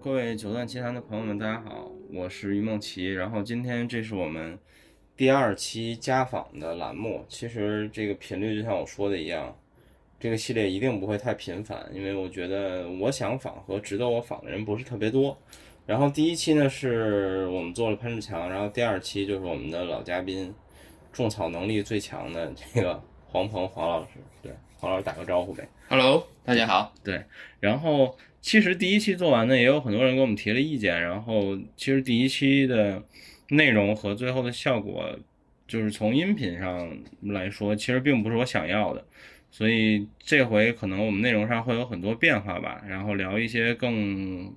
各位九段奇谈的朋友们，大家好，我是于梦琪。然后今天这是我们第二期家访的栏目。其实这个频率就像我说的一样，这个系列一定不会太频繁，因为我觉得我想访和值得我访的人不是特别多。然后第一期呢是我们做了潘志强，然后第二期就是我们的老嘉宾，种草能力最强的这个黄鹏黄老师。对，黄老师打个招呼呗。 Hello，大家好。然后其实第一期做完呢，也有很多人给我们提了意见。然后其实第一期的内容和最后的效果，就是从音频上来说，其实并不是我想要的。所以这回可能我们内容上会有很多变化吧，然后聊一些更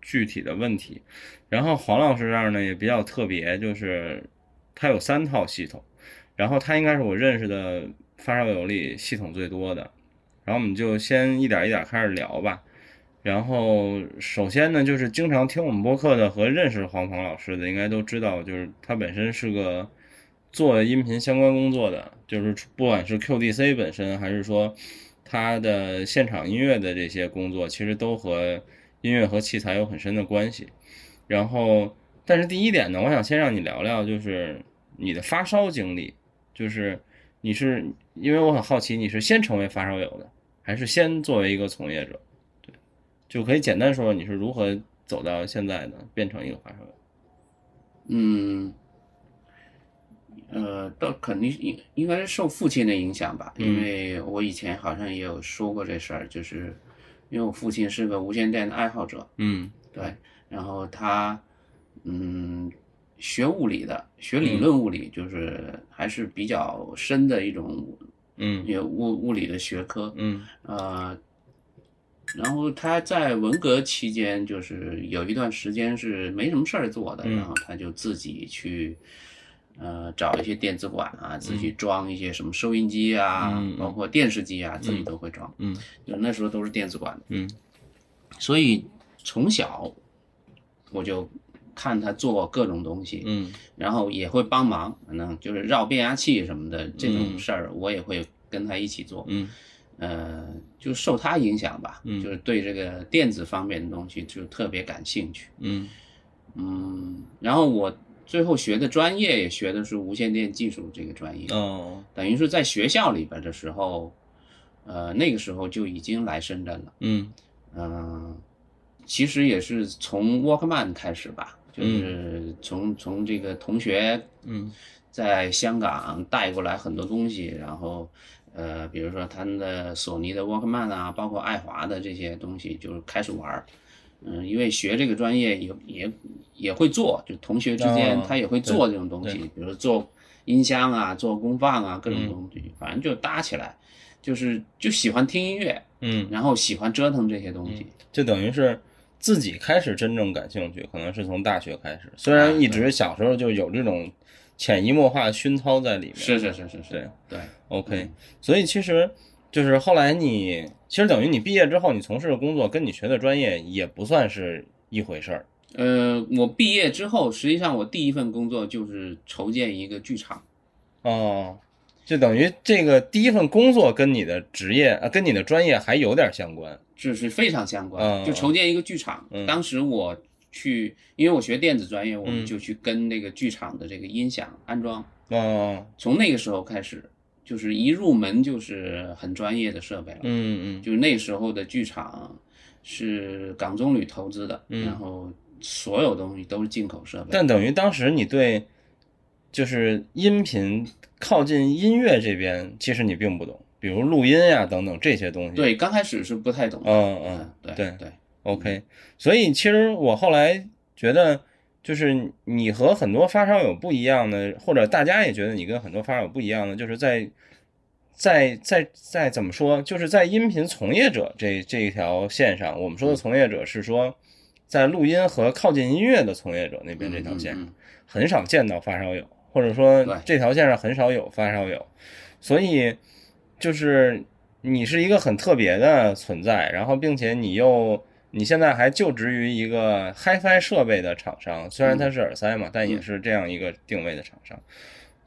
具体的问题。然后黄老师这儿呢也比较特别，就是他有三套系统，然后他应该是我认识的发烧友里系统最多的。然后我们就先一点一点开始聊吧。然后首先呢，就是经常听我们播客的和认识黄鹏老师的，应该都知道，就是他本身是个做音频相关工作的，就是不管是 QDC 本身，还是说他的现场音乐的这些工作，其实都和音乐和器材有很深的关系。然后，但是第一点呢，我想先让你聊聊，就是你的发烧经历，就是你是因为我很好奇，你是先成为发烧友的，还是先作为一个从业者？就可以简单说说你是如何走到现在的，变成一个发烧友。嗯，呃，到肯定应应该是受父亲的影响吧，嗯因为我以前好像也有说过这事儿，就是因为我父亲是个无线电的爱好者，嗯对，然后他嗯学物理的，学理论物理，就是还是比较深的一种嗯也物物理的学科，嗯呃，然后他在文革期间，就是有一段时间是没什么事儿做的，嗯然后他就自己去，呃，找一些电子管啊，自己装一些什么收音机啊，嗯嗯包括电视机啊，自己都会装。嗯就那时候都是电子管的，嗯所以从小我就看他做各种东西，嗯然后也会帮忙，可能就是绕变压器什么的这种嗯事儿，我也会跟他一起做。嗯呃，就受他影响吧，嗯就是对这个电子方面的东西就特别感兴趣。嗯嗯，然后我最后学的专业也学的是无线电技术这个专业，哦等于是在学校里边的时候，呃，那个时候就已经来深圳了。嗯嗯、其实也是从 Walkman 开始吧，就是从、从这个同学嗯在香港带过来很多东西，然后，呃，比如说他们的索尼的 Walkman 啊，包括爱华的这些东西，就是开始玩儿。嗯，因为学这个专业也也也会做，就同学之间哦他也会做这种东西，对比如做音箱啊、做功放啊，各种嗯东西，反正就搭起来，就是就喜欢听音乐，嗯，然后喜欢折腾这些东西。就等于是自己开始真正感兴趣，可能是从大学开始，虽然一直小时候就有这种潜移默化的熏陶在里面。是嗯是是是是，对对， OK，所以其实就是后来你，其实等于你毕业之后，你从事的工作跟你学的专业也不算是一回事儿。呃，我毕业之后，实际上我第一份工作就是筹建一个剧场。哦，就等于这个第一份工作跟你的职业啊，跟你的专业还有点相关。这是非常相关嗯的，就筹建一个剧场。嗯当时我去，因为我学电子专业，我嗯们就去跟那个剧场的这个音响安装。哦，从那个时候开始，就是一入门就是很专业的设备了。嗯嗯就是那时候的剧场是港中旅投资的，嗯然后所有东西都是进口设备。但等于当时你对就是音频靠近音乐这边，其实你并不懂，比如录音呀、等等这些东西。对，刚开始是不太懂的。嗯嗯嗯，对对对， OK，所以其实我后来觉得，就是你和很多发烧友不一样的，或者大家也觉得你跟很多发烧友不一样的，就是在在在在怎么说，就是在音频从业者这这一条线上，我们嗯说的从业者是说，在录音和靠近音乐的从业者那边这条线嗯上嗯嗯很少见到发烧友，或者说对这条线上很少有发烧友，所以就是你是一个很特别的存在，然后并且你又你现在还就职于一个 HiFi 设备的厂商，虽然它是耳塞嘛，但也是这样一个定位的厂商，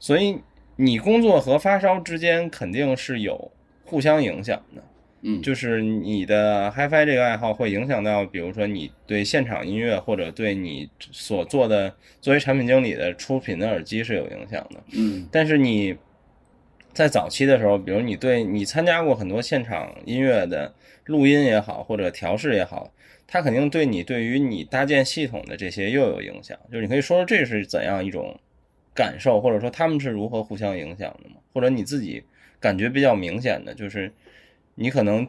所以你工作和发烧之间肯定是有互相影响的。嗯，就是你的 HiFi 这个爱好会影响到，比如说你对现场音乐或者对你所做的作为产品经理的出品的耳机是有影响的。嗯但是你在早期的时候，比如你对你参加过很多现场音乐的录音也好，或者调试也好，它肯定对你对于你搭建系统的这些又有影响。就是你可以说说这是怎样一种感受，或者说他们是如何互相影响的吗？或者你自己感觉比较明显的就是，你可能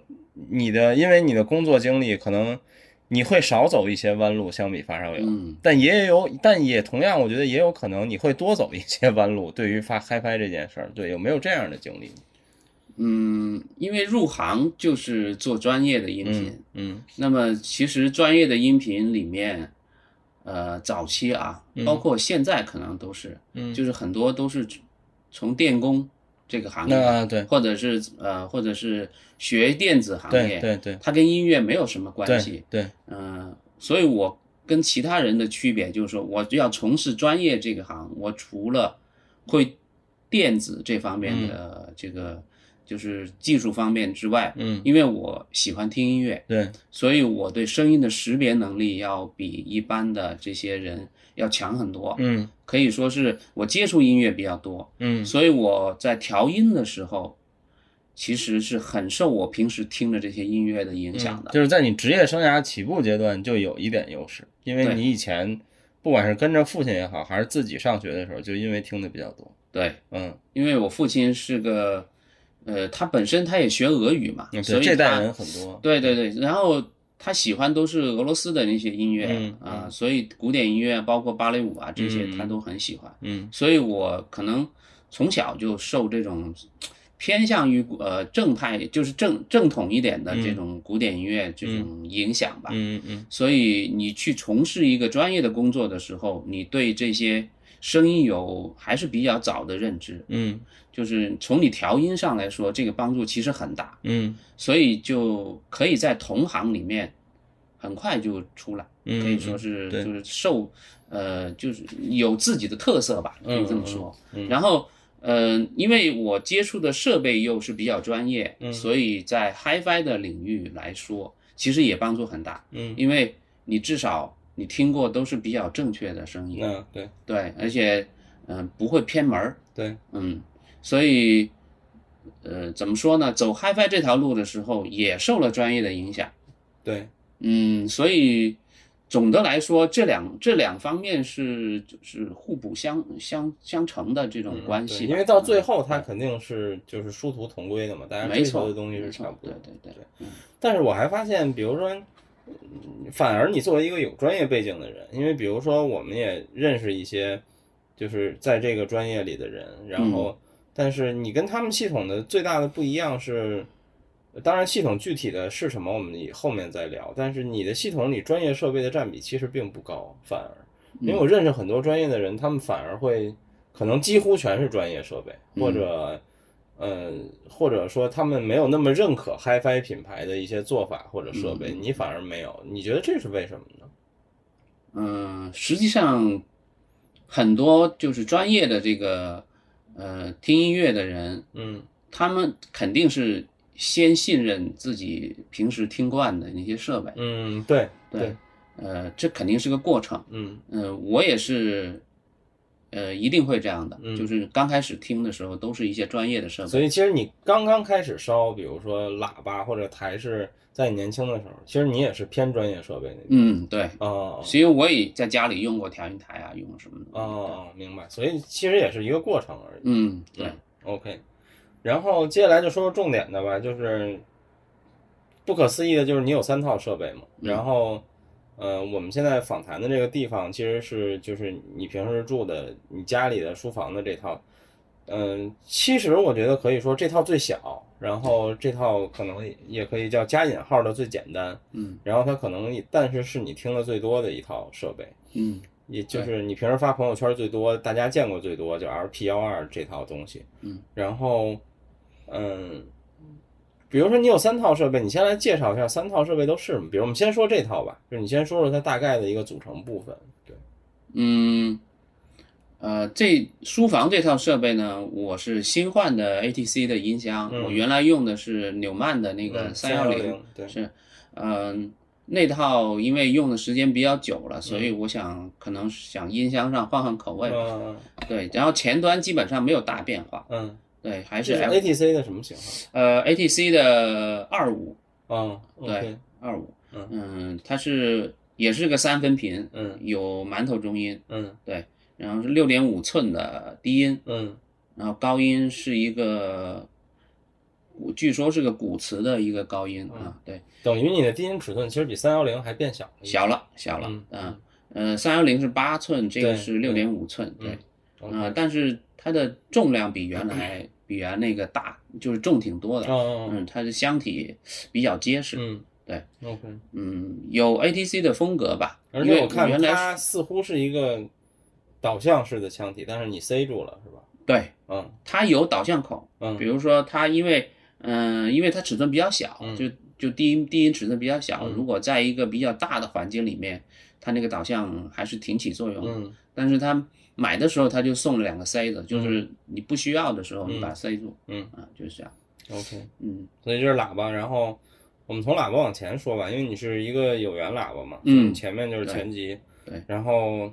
你的因为你的工作经历，可能你会少走一些弯路，相比发烧友。嗯但也有，但也同样，我觉得也有可能你会多走一些弯路。对于发嗨拍这件事儿，对，有没有这样的经历？嗯，因为入行就是做专业的音频，嗯嗯那么其实专业的音频里面，呃，早期啊，包括现在可能都是，嗯，就是很多都是从电工这个行业，那啊对或者是呃，或者是学电子行对业，对对它跟音乐没有什么关对系，对，嗯、所以我跟其他人的区别就是说，我要从事专业这个行，我除了会电子这方面的这个就是技术方面之外，嗯因为我喜欢听音乐，对所以我对声音的识别能力要比一般的这些人要强很多。嗯可以说是我接触音乐比较多，嗯所以我在调音的时候，其实是很受我平时听的这些音乐的影响的。就是在你职业生涯起步阶段就有一点优势，因为对你以前不管是跟着父亲也好，还是自己上学的时候，就因为听的比较多。对，嗯，因为我父亲是个，呃，他本身他也学俄语嘛，嗯所对，以这代他人很多。对对对，然后他喜欢都是俄罗斯的那些音乐、嗯啊，所以古典音乐包括芭蕾舞啊这些嗯他都很喜欢。嗯所以我可能从小就受这种偏向于呃正派，就是正正统一点的这种古典音乐这种影响吧。嗯嗯所以你去从事一个专业的工作的时候，你对这些声音有还是比较早的认知，嗯就是从你调音上来说，这个帮助其实很大，嗯所以就可以在同行里面很快就出来。嗯，可以说是对就是受呃就是有自己的特色吧，可以这么说。嗯嗯嗯然后呃，因为我接触的设备又是比较专业，嗯所以在 HiFi 的领域来说，其实也帮助很大，嗯因为你至少你听过都是比较正确的声音，嗯对对，而且嗯、呃不会偏门儿，对嗯，所以。呃，怎么说呢？走 HiFi 这条路的时候，也受了专业的影响，对，嗯，所以总的来说，这两这两方面是就是互补相相相成的这种关嗯系对吧，因为到最后嗯它肯定是就是殊途同归的嘛，大家没追错求的东西是没错差不多的。对对对，但是我还发现，比如说，嗯反而你作为一个有专业背景的人，因为比如说我们也认识一些就是在这个专业里的人，然后、但是你跟他们系统的最大的不一样是。当然，系统具体的是什么，我们以后面再聊。但是你的系统里专业设备的占比其实并不高，反而，因为我认识很多专业的人，他们反而会可能几乎全是专业设备，或者，呃，或者说他们没有那么认可 HiFi 品牌的一些做法或者设备，嗯你反而没有，你觉得这是为什么呢？嗯、实际上很多就是专业的这个呃听音乐的人，嗯他们肯定是先信任自己平时听惯的那些设备，嗯，对对，呃，这肯定是个过程。嗯呃，我也是，呃，一定会这样的，嗯就是刚开始听的时候都是一些专业的设所备，以其实你刚刚开始烧，比如说喇叭或者台式，在你年轻的时候，其实你也是偏专业设备那边。嗯，对，哦所以我也在家里用过调音台啊，用什么的，哦哦，明白。所以其实也是一个过程而已。嗯，对嗯，OK，然后接下来就说说重点的吧，就是不可思议的，就是你有三套设备嘛。嗯然后，呃，我们现在访谈的这个地方其实是就是你平时住的你家里的书房的这套，嗯、其实我觉得可以说这套最小，然后这套可能也可以叫加引号的最简单，嗯然后它可能也但是是你听的最多的一套设备。嗯也就是你平时发朋友圈最多，大家见过最多就 LP 幺二这套东西。嗯，然后，嗯，比如说你有三套设备，你先来介绍一下三套设备都是什么。比如我们先说这套吧，就是你先说说它大概的一个组成部分。对，嗯，呃，这书房这套设备呢，我是新换的 ATC 的音箱，嗯我原来用的是纽曼的那个嗯，三幺零， 310对，是，嗯，那套因为用的时间比较久了，所以我想可能想音箱上换换口味，嗯对，然后前端基本上没有大变化，嗯，对，还这是是 L ATC 的什么型呃 ATC 的二五号？啊，对，二五，嗯嗯，它是也是个三分频，嗯有馒头中音，嗯然后是六点五寸的低音，嗯然后高音是一个古，据说是个古词的一个高音啊，对，等于你的低音尺寸其实比三幺零还变小了一点，小了小了，嗯嗯呃，三幺零是八寸，这个对是六对点五寸，对， OK，啊，但是它的重量比原来比原那个大，就是重挺多的，嗯嗯，它的箱体比较结实，嗯，对，OK。嗯，有 ATC 的风格吧，而因且为我看原来它似乎是一个导向式的腔体，但是你塞住了是吧？对嗯它有导向口，嗯，比如说它因为，嗯、因为它尺寸比较小，嗯就就低音低音尺寸比较小，嗯如果在一个比较大的环境里面，它那个导向还是挺起作用的。嗯但是它买的时候它就送了两个塞子，就是你不需要的时候你把它塞住，嗯啊，就是这样， ，OK，嗯所以这是喇叭，然后我们从喇叭往前说吧，因为你是一个有源喇叭嘛，所嗯以你前面就是前级，对对然后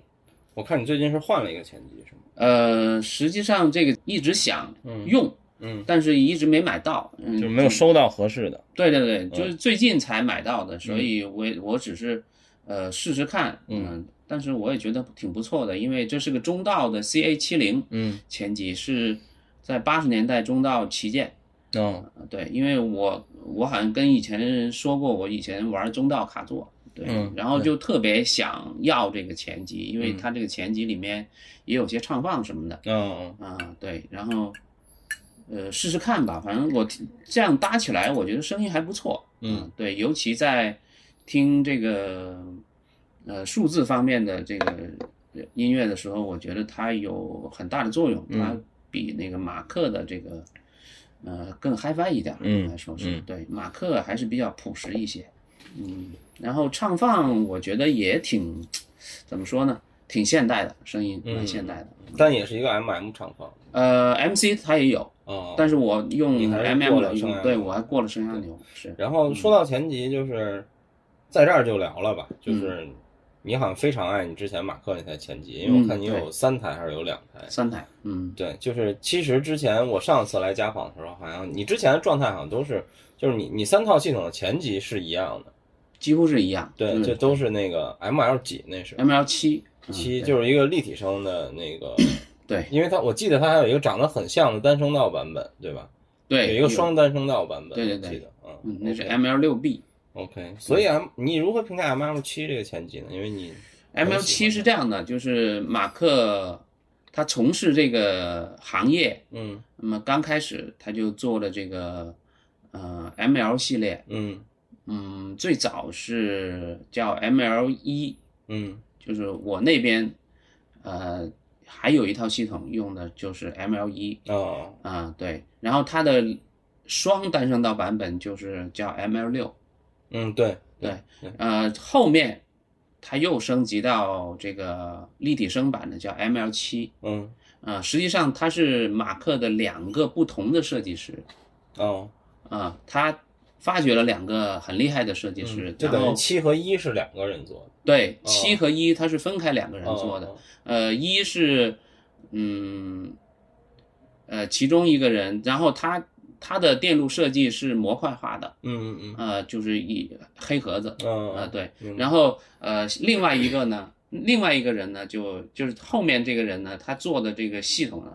我看你最近是换了一个前级是吗？呃，实际上这个一直想嗯用，嗯但是一直没买到，嗯，就是没有收到合适的。对对嗯对，就是最近才买到的，所以我也我只是呃试试看，嗯嗯，但是我也觉得挺不错的，因为这是个中道的 CA 七零嗯，前级，是在八十年代中道旗舰，嗯哦，呃对，因为我我好像跟以前说过，我以前玩中道卡座，对，嗯然后就特别想要这个前级，因为它这个前级里面也有些唱放什么的，嗯哦，啊，对，然后呃试试看吧，反正我听这样搭起来，我觉得声音还不错。嗯，对，尤其在听这个呃数字方面的这个呃音乐的时候，我觉得它有很大的作用，嗯它比那个马克的这个呃更 HiFi 一点儿，嗯来说是、嗯对马克还是比较朴实一些。嗯，然后唱放我觉得也挺怎么说呢，挺现代的声音，蛮嗯现代的。嗯但也是一个 MM 长方呃，MC 它也有，哦。但是我用你还是 MM 过了来生涯用，牛对我还过了生涯牛，是，然后说嗯到前级，就是在这儿就聊了吧，就是你好像非常爱你之前马克那台前级，因为我看你嗯对有三台还是有两台。三台，嗯，对，就是其实之前我上次来家访的时候，好像你之前的状态好像都是，就是你你三套系统的前级是一样的，几乎是一样，对，这都是那个 ML 几那是 ML 七，嗯七，对就是一个立体声的那个，对因为它我记得它还有一个长得很像的单声道版本，对吧？对有一个双，单声道版本，对对我对记得，嗯嗯，那是 OK ML 六 B。 OK，所以 M 你如何评价 MM 七这个前级呢？因为你 M L 七是这样的，就是马克他从事这个行业，嗯那么刚开始他就做了这个呃 M L 系列，嗯嗯，最早是叫 M L 一，嗯就是我那边呃还有一套系统用的就是 M L 一，哦啊，对，然后它的双单声道版本就是叫 ML 六，嗯对对，呃，后面它又升级到这个立体声版的叫 ML 七，嗯啊，实际上它是马克的两个不同的设计师，哦，啊，他发掘了两个很厉害的设计师，就然嗯等于后七和一是两个人做的，对哦七和一它是分开两个人哦做的，呃，一是，嗯，呃，其中一个人，然后他他的电路设计是模块化的，嗯嗯嗯呃，就是一黑盒子，嗯呃，对明，白然后呃，另外一个呢，另外一个人呢，就就是后面这个人呢，他做的这个系统呢，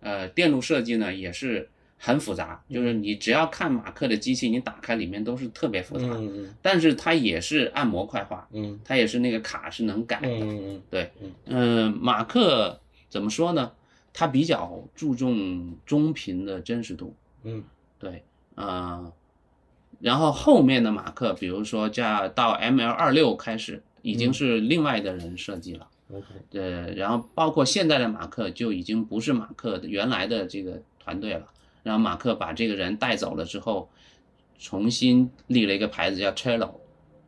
呃，电路设计呢也是很复杂，嗯就是你只要看马克的机器，你打开里面都是特别复杂，嗯但是它也是按模块化，嗯它也是那个卡是能改嗯的。嗯对嗯，嗯，马克怎么说呢？他比较注重中频的真实度，嗯对，呃，然后后面的马克，比如说加到 ML 二六开始，已嗯经是另外的人设计了， ，OK，呃，然后包括现在的马克就已经不是马克的原来的这个团队了，然后马克把这个人带走了之后，重新立了一个牌子叫 Cello，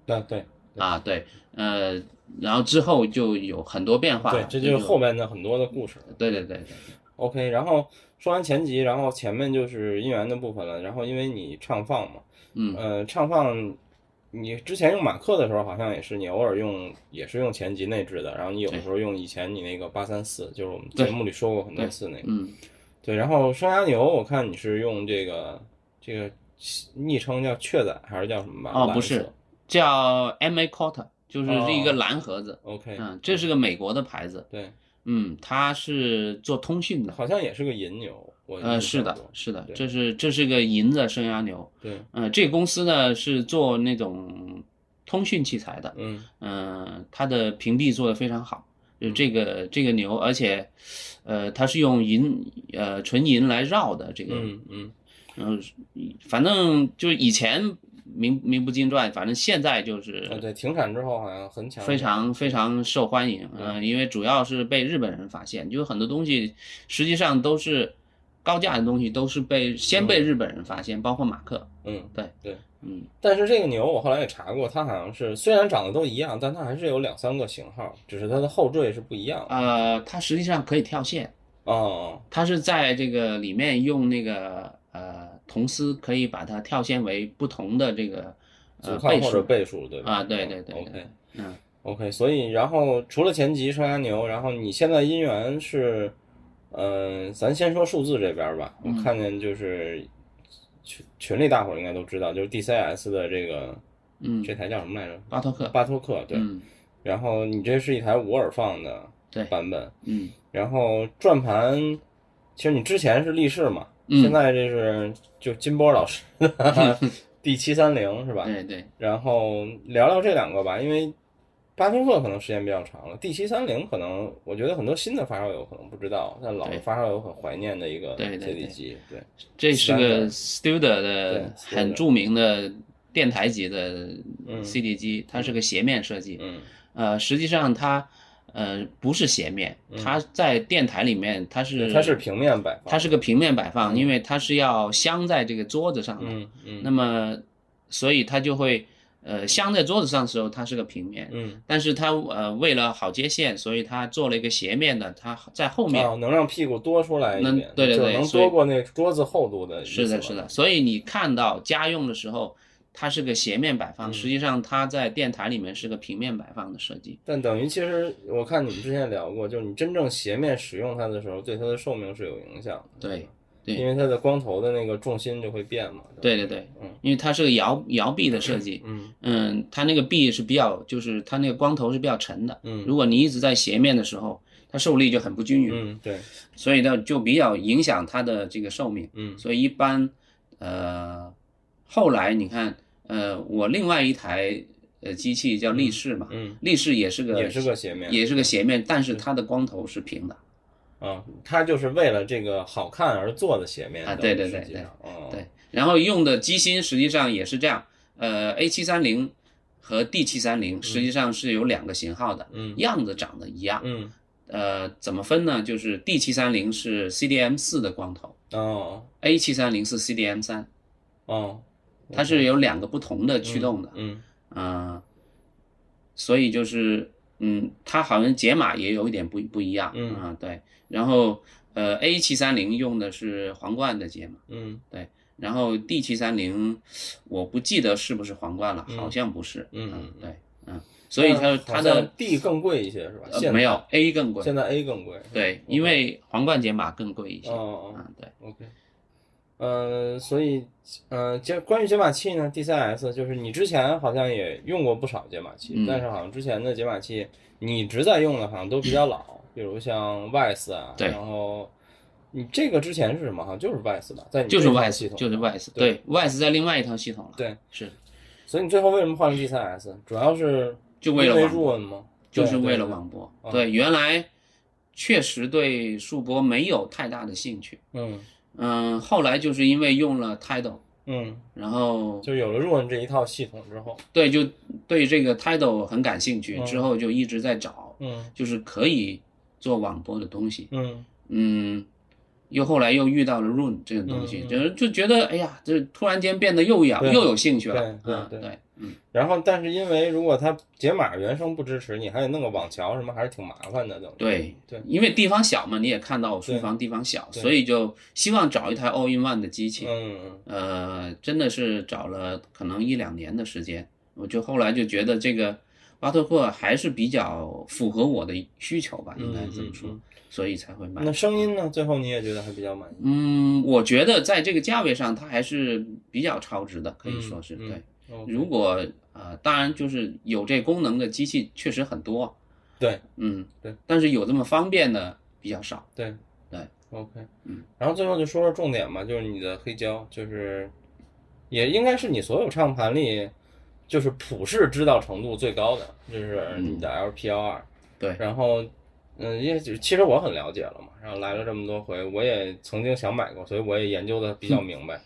对对，啊，对，呃，然后之后就有很多变化，对，这就是后面的很多的故事。对对对对 OK，然后说完前集，然后前面就是音源的部分了。然后因为你唱放嘛，嗯呃，唱放，你之前用马克的时候好像也是，你偶尔用也是用前集内置的，然后你有的时候用以前你那个八三四，就是我们节目里说过很多次那个。嗯，对，然后生涯牛，我看你是用这个这个昵称叫雀仔还是叫什么吧？哦蓝不色是叫 M A Cota，就是是一个哦蓝盒子， ，OK，嗯，这是个美国的牌子，对，嗯，它是做通讯的，好像也是个银牛，我呃，印是象的中，是的，对这是这是个银的生涯牛，对，呃，这个公司呢是做那种通讯器材的，嗯嗯、它的屏蔽做得非常好，就这嗯个这个牛，而且，呃，它是用银呃纯银来绕的这个，嗯嗯，嗯，反正就是以前名名不经传，反正现在就是啊对，停产之后好像很强，嗯非常非常受欢迎，嗯、因为主要是被日本人发现，就是很多东西实际上都是高价的东西都是被先被日本人发现，包括马克，嗯，对对。嗯，但是这个牛我后来也查过，它好像是虽然长得都一样，但它还是有两三个型号，只是它的后缀是不一样的。呃，它实际上可以跳线，哦，它是在这个里面用那个呃铜丝可以把它跳线为不同的这个组呃号倍或者数倍数，对吧？啊，对对对对 OK 嗯。 OK，所以然后除了前级双鸭牛，然后你现在音源是，嗯、咱先说数字这边吧。我嗯看见就是群群里大伙儿应该都知道，就是 DCS 的这个嗯这台叫什么来着？巴托克巴托克对。嗯，然后你这是一台无耳放的对，版本，嗯然后转盘，其实你之前是力士嘛，嗯，现在这是就金波老师 的 D 七三零是吧？对对，然后聊聊这两个吧，因为巴托克可能时间比较长了，D 七三零可能我觉得很多新的发烧友可能不知道，但老的对发烧友很怀念的一个对对 CD 对机，对这是 Standard 个呃 Studer 的对很 Studer 著名的电台级的嗯 CD 机，它是个斜面设计。嗯呃，实际上它呃不是斜面，它在电台里面它是嗯它是嗯平面摆放，它是个平面摆放，因为它是要镶在这个桌子上的。嗯嗯那么所以它就会呃镶在桌子上的时候，它是个平面。嗯，但是它呃为了好接线，所以它做了一个斜面的，它在后面哦，能让屁股多出来一能点，对对就对能所以多过那桌子厚度的，是的，是的，，所以你看到家用的时候，它是个斜面摆放，实际上它在电台里面是个平面摆放的设计。但等于其实我看你们之前聊过，就是你真正斜面使用它的时候，对它的寿命是有影响的。对，对因为它的光头的那个重心就会变嘛。对吧对对嗯，因为它是个摇摇臂的设计，嗯嗯，它那个臂是比较，就是它那个光头是比较沉的，嗯如果你一直在斜面的时候，它受力就很不均匀，嗯，对，所以呢就比较影响它的这个寿命。嗯所以一般，呃，后来你看，呃，我另外一台呃机器叫力士嘛，嗯，力士也是个也是个斜面，也是个斜面，但是它的光头是平的。啊，它就是为了这个好看而做的斜面啊的对对对实际上哦对，然后用的机芯实际上也是这样，呃，A 七三零和 D 七三零实际上是有两个型号的，嗯样子长得一样。嗯呃，怎么分呢？就是 D 七三零是 CDM 四的光头哦，A 七三零是 CDM 三，哦，它是有两个不同的驱动的。嗯嗯、所以就是，嗯，它好像解码也有一点不不一样，嗯啊，对，然后呃，A 七三零用的是皇冠的解码，嗯然后 D 七三零我不记得是不是皇冠了，嗯好像不是，嗯啊嗯对，嗯，所以它但它好的像 D 更贵一些是吧？呃现在没有 A 更贵，现在 A 更贵。对，因为皇冠解码更贵一些，哦哦啊，对， OK，呃，所以，呃，解关于解码器呢，DCS 就是你之前好像也用过不少解码器，嗯但是好像之前的解码器你一直在用的，好像都比较老，比如像 Vice 啊，对然后你这个之前是什么？好像就是 Vice 吧，在你就这是套 Wise，系统，就是 Wise，对对，Wise 在另外一套系统了，对，是，所以你最后为什么换了 DCS？主要是就为了因网入络文吗？就是对为对了，网播。嗯对，原来确实对数播没有太大的兴趣。嗯嗯，后来就是因为用了 Tidal，嗯，然后就有了入文这一套系统之后，对就对这个 Tidal 很感兴趣，嗯之后就一直在找，嗯就是可以做网播的东西。嗯嗯，又后来又遇到了 Run 这个东西，嗯嗯就是就觉得哎呀，这突然间变得又痒对又有兴趣对了。对啊对对，然后，但是因为如果它解码原声不支持，你还得弄个网桥什么，还是挺麻烦的。等于对对，因为地方小嘛，你也看到我书房地方小，所以就希望找一台 all in one 的机器。嗯嗯呃，真的是找了可能一两年的时间，我就后来就觉得这个巴托克还是比较符合我的需求吧，应该这么说，嗯嗯嗯所以才会买。那声音呢？最后你也觉得还比较满意？嗯，我觉得在这个价位上，它还是比较超值的，可以说是、嗯嗯对。哦如果呃，当然就是有这功能的机器确实很多，对嗯，对，但是有这么方便的比较少。对对，OK 嗯。然后最后就说说重点吧，就是你的黑胶，就是也应该是你所有唱盘里，就是普世知道程度最高的，就是你的 LPR。嗯对，然后，嗯，因为就其实我很了解了嘛，然后来了这么多回，我也曾经想买过，所以我也研究的比较明嗯白。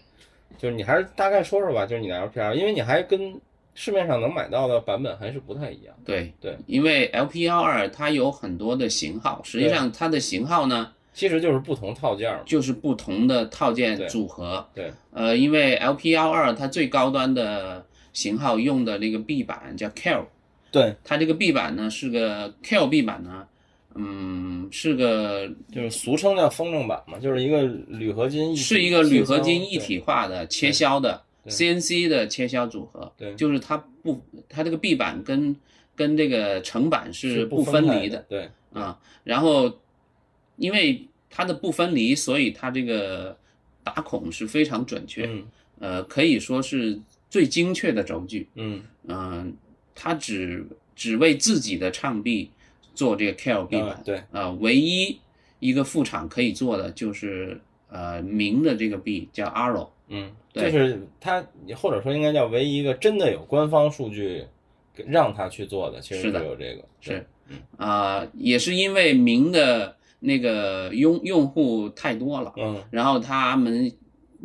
就是你还是大概说说吧，就是你的 LPR，因为你还跟市面上能买到的版本还是不太一样。对对，因为 LP 幺哎二它有很多的型号，实际对上它的型号呢其实就是不同套件嘛。就是不同的套件对组合。对，呃，因为 LP 幺二它最高端的型号用的那个壁板叫 Cal，对，它这个壁板呢是个 Cal 壁板呢，嗯，是个就是俗称叫风筝版嘛，就是一个铝合金一体是一个铝合金切一削体化的切削的对 CNC 的切削组合，对就是它不，它这个壁板跟跟这个成板对是不分开离的。对，啊。然后，因为它的不分离，所以它这个打孔是非常准确，嗯呃，可以说是最精确的轴距。嗯，嗯、它只只为自己的唱臂做这个 Cal 壁板啊，对，呃，唯一一个副厂可以做的就是呃明的这个币叫 Arrow，嗯，就对是它，或者说应该叫唯一一个真的有官方数据给让他去做的，其实是就的有这个是啊、也是因为明的那个用用户太多了，对嗯然后他们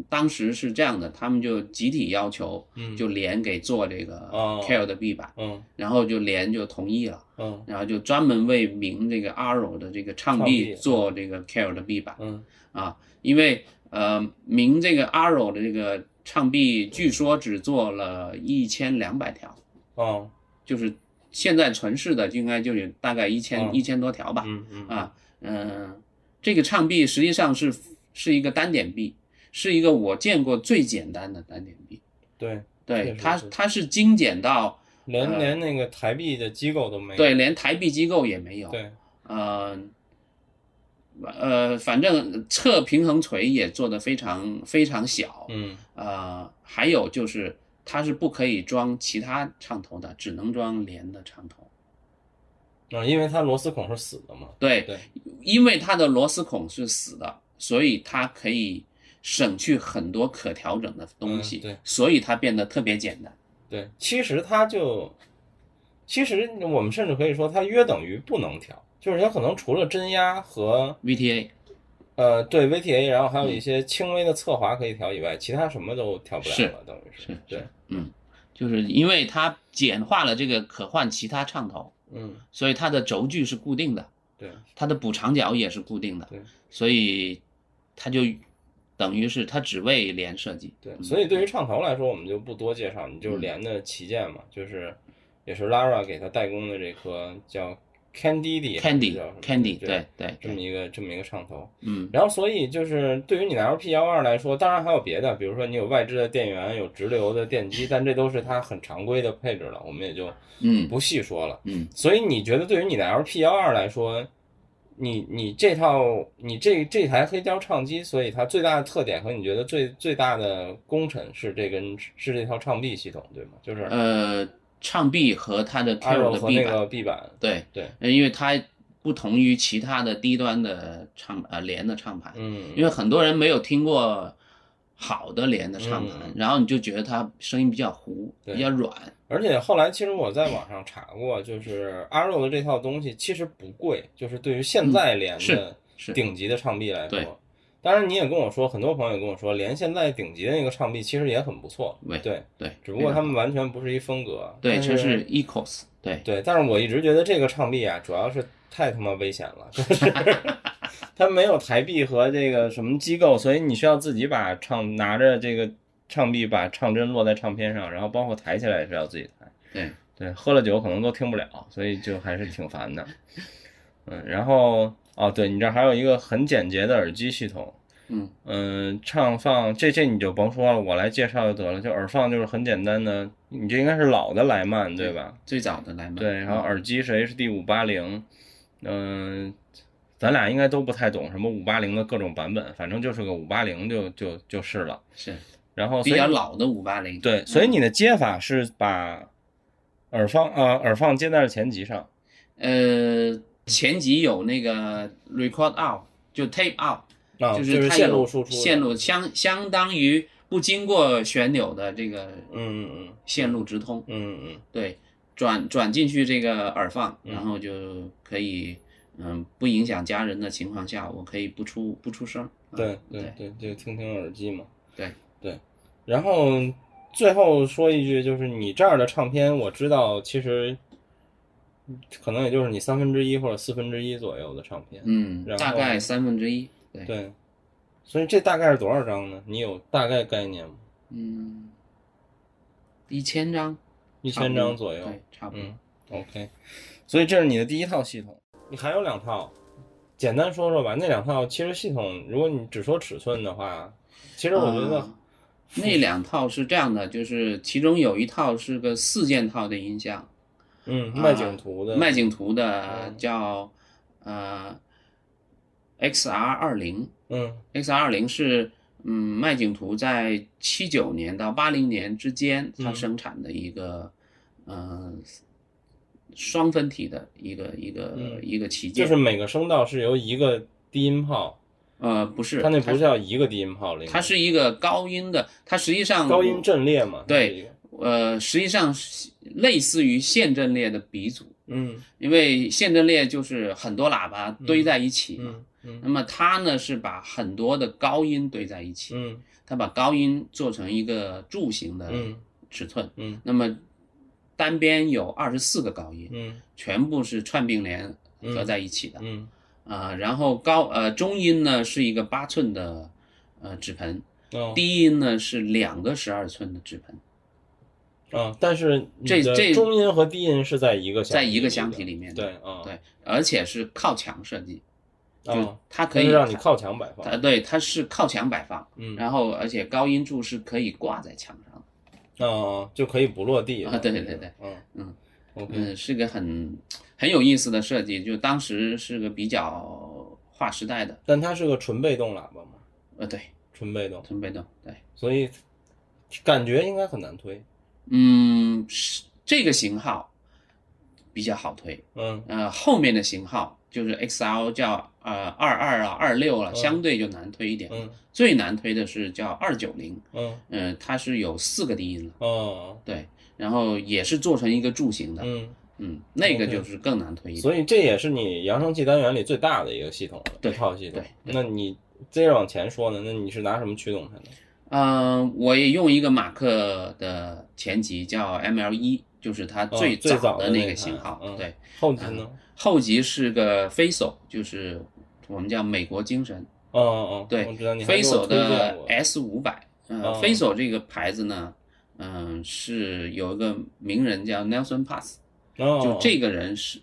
当时是这样的，他们就集体要求嗯就连给做这个哦 Care 的壁板，嗯然后就连就同意了，嗯然后就专门为明这个 Arrow 的这个唱唱臂臂做这个 Care 的壁板。嗯啊，因为呃，明这个 Arrow 的这个唱臂，据说只做了一千两百条，哦就是现在存世的应该就有大概一千嗯一千多条吧。嗯嗯啊，嗯、这个唱臂实际上是是一个单点臂，是一个我见过最简单的单点臂。对，确对实它，是它是精简到连连那个台币的机构都没有，呃对连台币机构也没有。对，呃，呃，反正侧平衡锤也做得非常非常小，嗯呃，还有就是它是不可以装其他唱头的，只能装连的唱头。啊，因为它螺丝孔是死的嘛，对，对因为它的螺丝孔是死的，所以它可以省去很多可调整的东西，嗯对所以它变得特别简单。对，其实它就，其实我们甚至可以说它约等于不能调，就是它可能除了针压和 VTA 呃，对 VTA，然后还有嗯一些轻微的侧滑可以调以外，其他什么都调不了是了，等于是对，就是因为它简化了这个可换其他唱头，嗯，所以它的轴距是固定的，对，它的补长角也是固定的对，所以它就等于是它只为连设计。对，嗯所以对于唱头来说，我们就不多介绍，你就是连的旗舰嘛，就是也是 Lara 给他代工的这颗叫 Candy Candy Candy 对对，对这么一个这么一个唱头。嗯然后所以就是对于你的 LP 幺二来说，当然还有别的，比如说你有外置的电源，有直流的电机，但这都是它很常规的配置了，我们也就嗯不细说了。嗯所以你觉得对于你的 LP 幺二来说，你你这套你这这台黑胶唱机，所以它最大的特点和你觉得最最大的功臣是这根是这套唱臂系统，对吗？就是呃，唱臂和它的 a r Carol 的和臂那板个臂板，对对，呃因为它不同于其他的低端的唱呃连的唱盘，嗯，因为很多人没有听过好的连的唱盘，嗯然后你就觉得它声音比较糊，对比较软，而且后来其实我在网上查过，就是阿肉的这套东西其实不贵，就是对于现在连的嗯是顶级的唱臂来对说。当然，你也跟我说，很多朋友也跟我说，连现在顶级的那个唱臂其实也很不错，对对，对，只不过非常他们完全不是一风格。哎对，但这是 Equals，对对，但是我一直觉得这个唱臂啊，主要是太他妈危险了， 就是它没有台币和这个什么机构，所以你需要自己把唱拿着这个唱臂把唱针落在唱片上，然后包括抬起来也是要自己抬。对对，喝了酒可能都听不了，所以就还是挺 烦的。嗯，然后哦，对你这儿还有一个很简洁的耳机系统。嗯嗯，唱放这这你就甭说了，我来介绍就得了。就耳放就是很简单的，你这应该是老的莱曼对吧？最早的嗯莱曼，对，然后耳机是 HD 五八零，嗯，咱俩应该都不太懂什么五八零的各种版本，反正就是个五八零就就就是了。是然后比所以较老的五八零，对，所以你的接法是把耳放啊、耳放接在了前级上，呃，前集有那个 record out，就 tape out，、啊，就是它有线路输出的，嗯线路相相当于不经过旋钮的这个嗯，嗯线路直通，嗯嗯嗯对，转转进去这个耳放，然后就可以，嗯，不影响家人的情况下，我可以不出不出声儿，啊嗯，对对对对，就听听耳机嘛。对对，然后最后说一句，就是你这儿的唱片，我知道其实可能也就是你三分之一或者四分之一左右的唱片，嗯，然后大概三分之一，对，对，所以这大概是多少张呢？你有大概概念吗？嗯，一千张，一差不千多张左右。对，差不多。嗯，OK，所以这是你的第一套系统。你还有两套，简单说说吧。那两套其实系统，如果你只说尺寸的话，其实我觉得，啊那两套是这样的，就是其中有一套是个四件套的音箱，嗯，啊麦景图的，麦景图的嗯叫呃 XR 二零嗯，XR 二零是嗯麦景图在七九年到八零年之间它嗯生产的一个呃双分体的一个一个嗯一个旗就舰，是每个声道是由一个低音炮，呃不是，它那它不叫一个低音炮了，应该它是一个高音的，它实际上高音阵列嘛？对它是一个，呃，实际上是类似于线阵列的鼻祖，嗯因为线阵列就是很多喇叭堆在一起嘛。嗯嗯那么它呢是把很多的高音堆在一起，嗯它把高音做成一个柱形的嗯尺寸，嗯那么单边有二十四个高音，嗯全部是串并联合在一起的。嗯啊、然后高呃中音呢是一个八寸的呃纸盆，哦低音呢是两个十二寸的纸盆。啊，但是你这的这中音和低音是在一个在一个箱箱体体里面的，的对啊，对，而且是靠墙设计，就是啊，它它可以是让你靠墙摆放它，对，它是靠墙摆放，嗯然后而且高音柱是可以挂在墙上的，啊，就可以不落地啊对对对，嗯嗯，OK，嗯，是个很很有意思的设计，就当时是个比较划时代的，但它是个纯被动喇叭嘛，呃，对，纯被动，纯被动，对，所以感觉应该很难推，嗯，是这个型号比较好推，嗯呃，后面的型号就是 XL 叫呃二二啊二六啊，嗯相对就难推一点，嗯最难推的是叫二九零，嗯嗯，它是有四个低音了。哦对，然后也是做成一个柱形的，嗯，嗯，那个 OK 就是更难推一点。所以这也是你扬声器单元里最大的一个系统了，对一套系统对。那对你接着往前说呢？那你是拿什么驱动它的？嗯、我也用一个马克的前级叫 ML 一，就是它哦最最早的那个台型号。嗯、对，，后级呢？后级是个 Faso，就是我们叫美国精神。哦哦，嗯对我知道你还给我，Faso 推荐的哎过。 S 五百，嗯哦，Faso 这个牌子呢，嗯、是有一个名人叫 Nelson Pass，哦，就这个人是。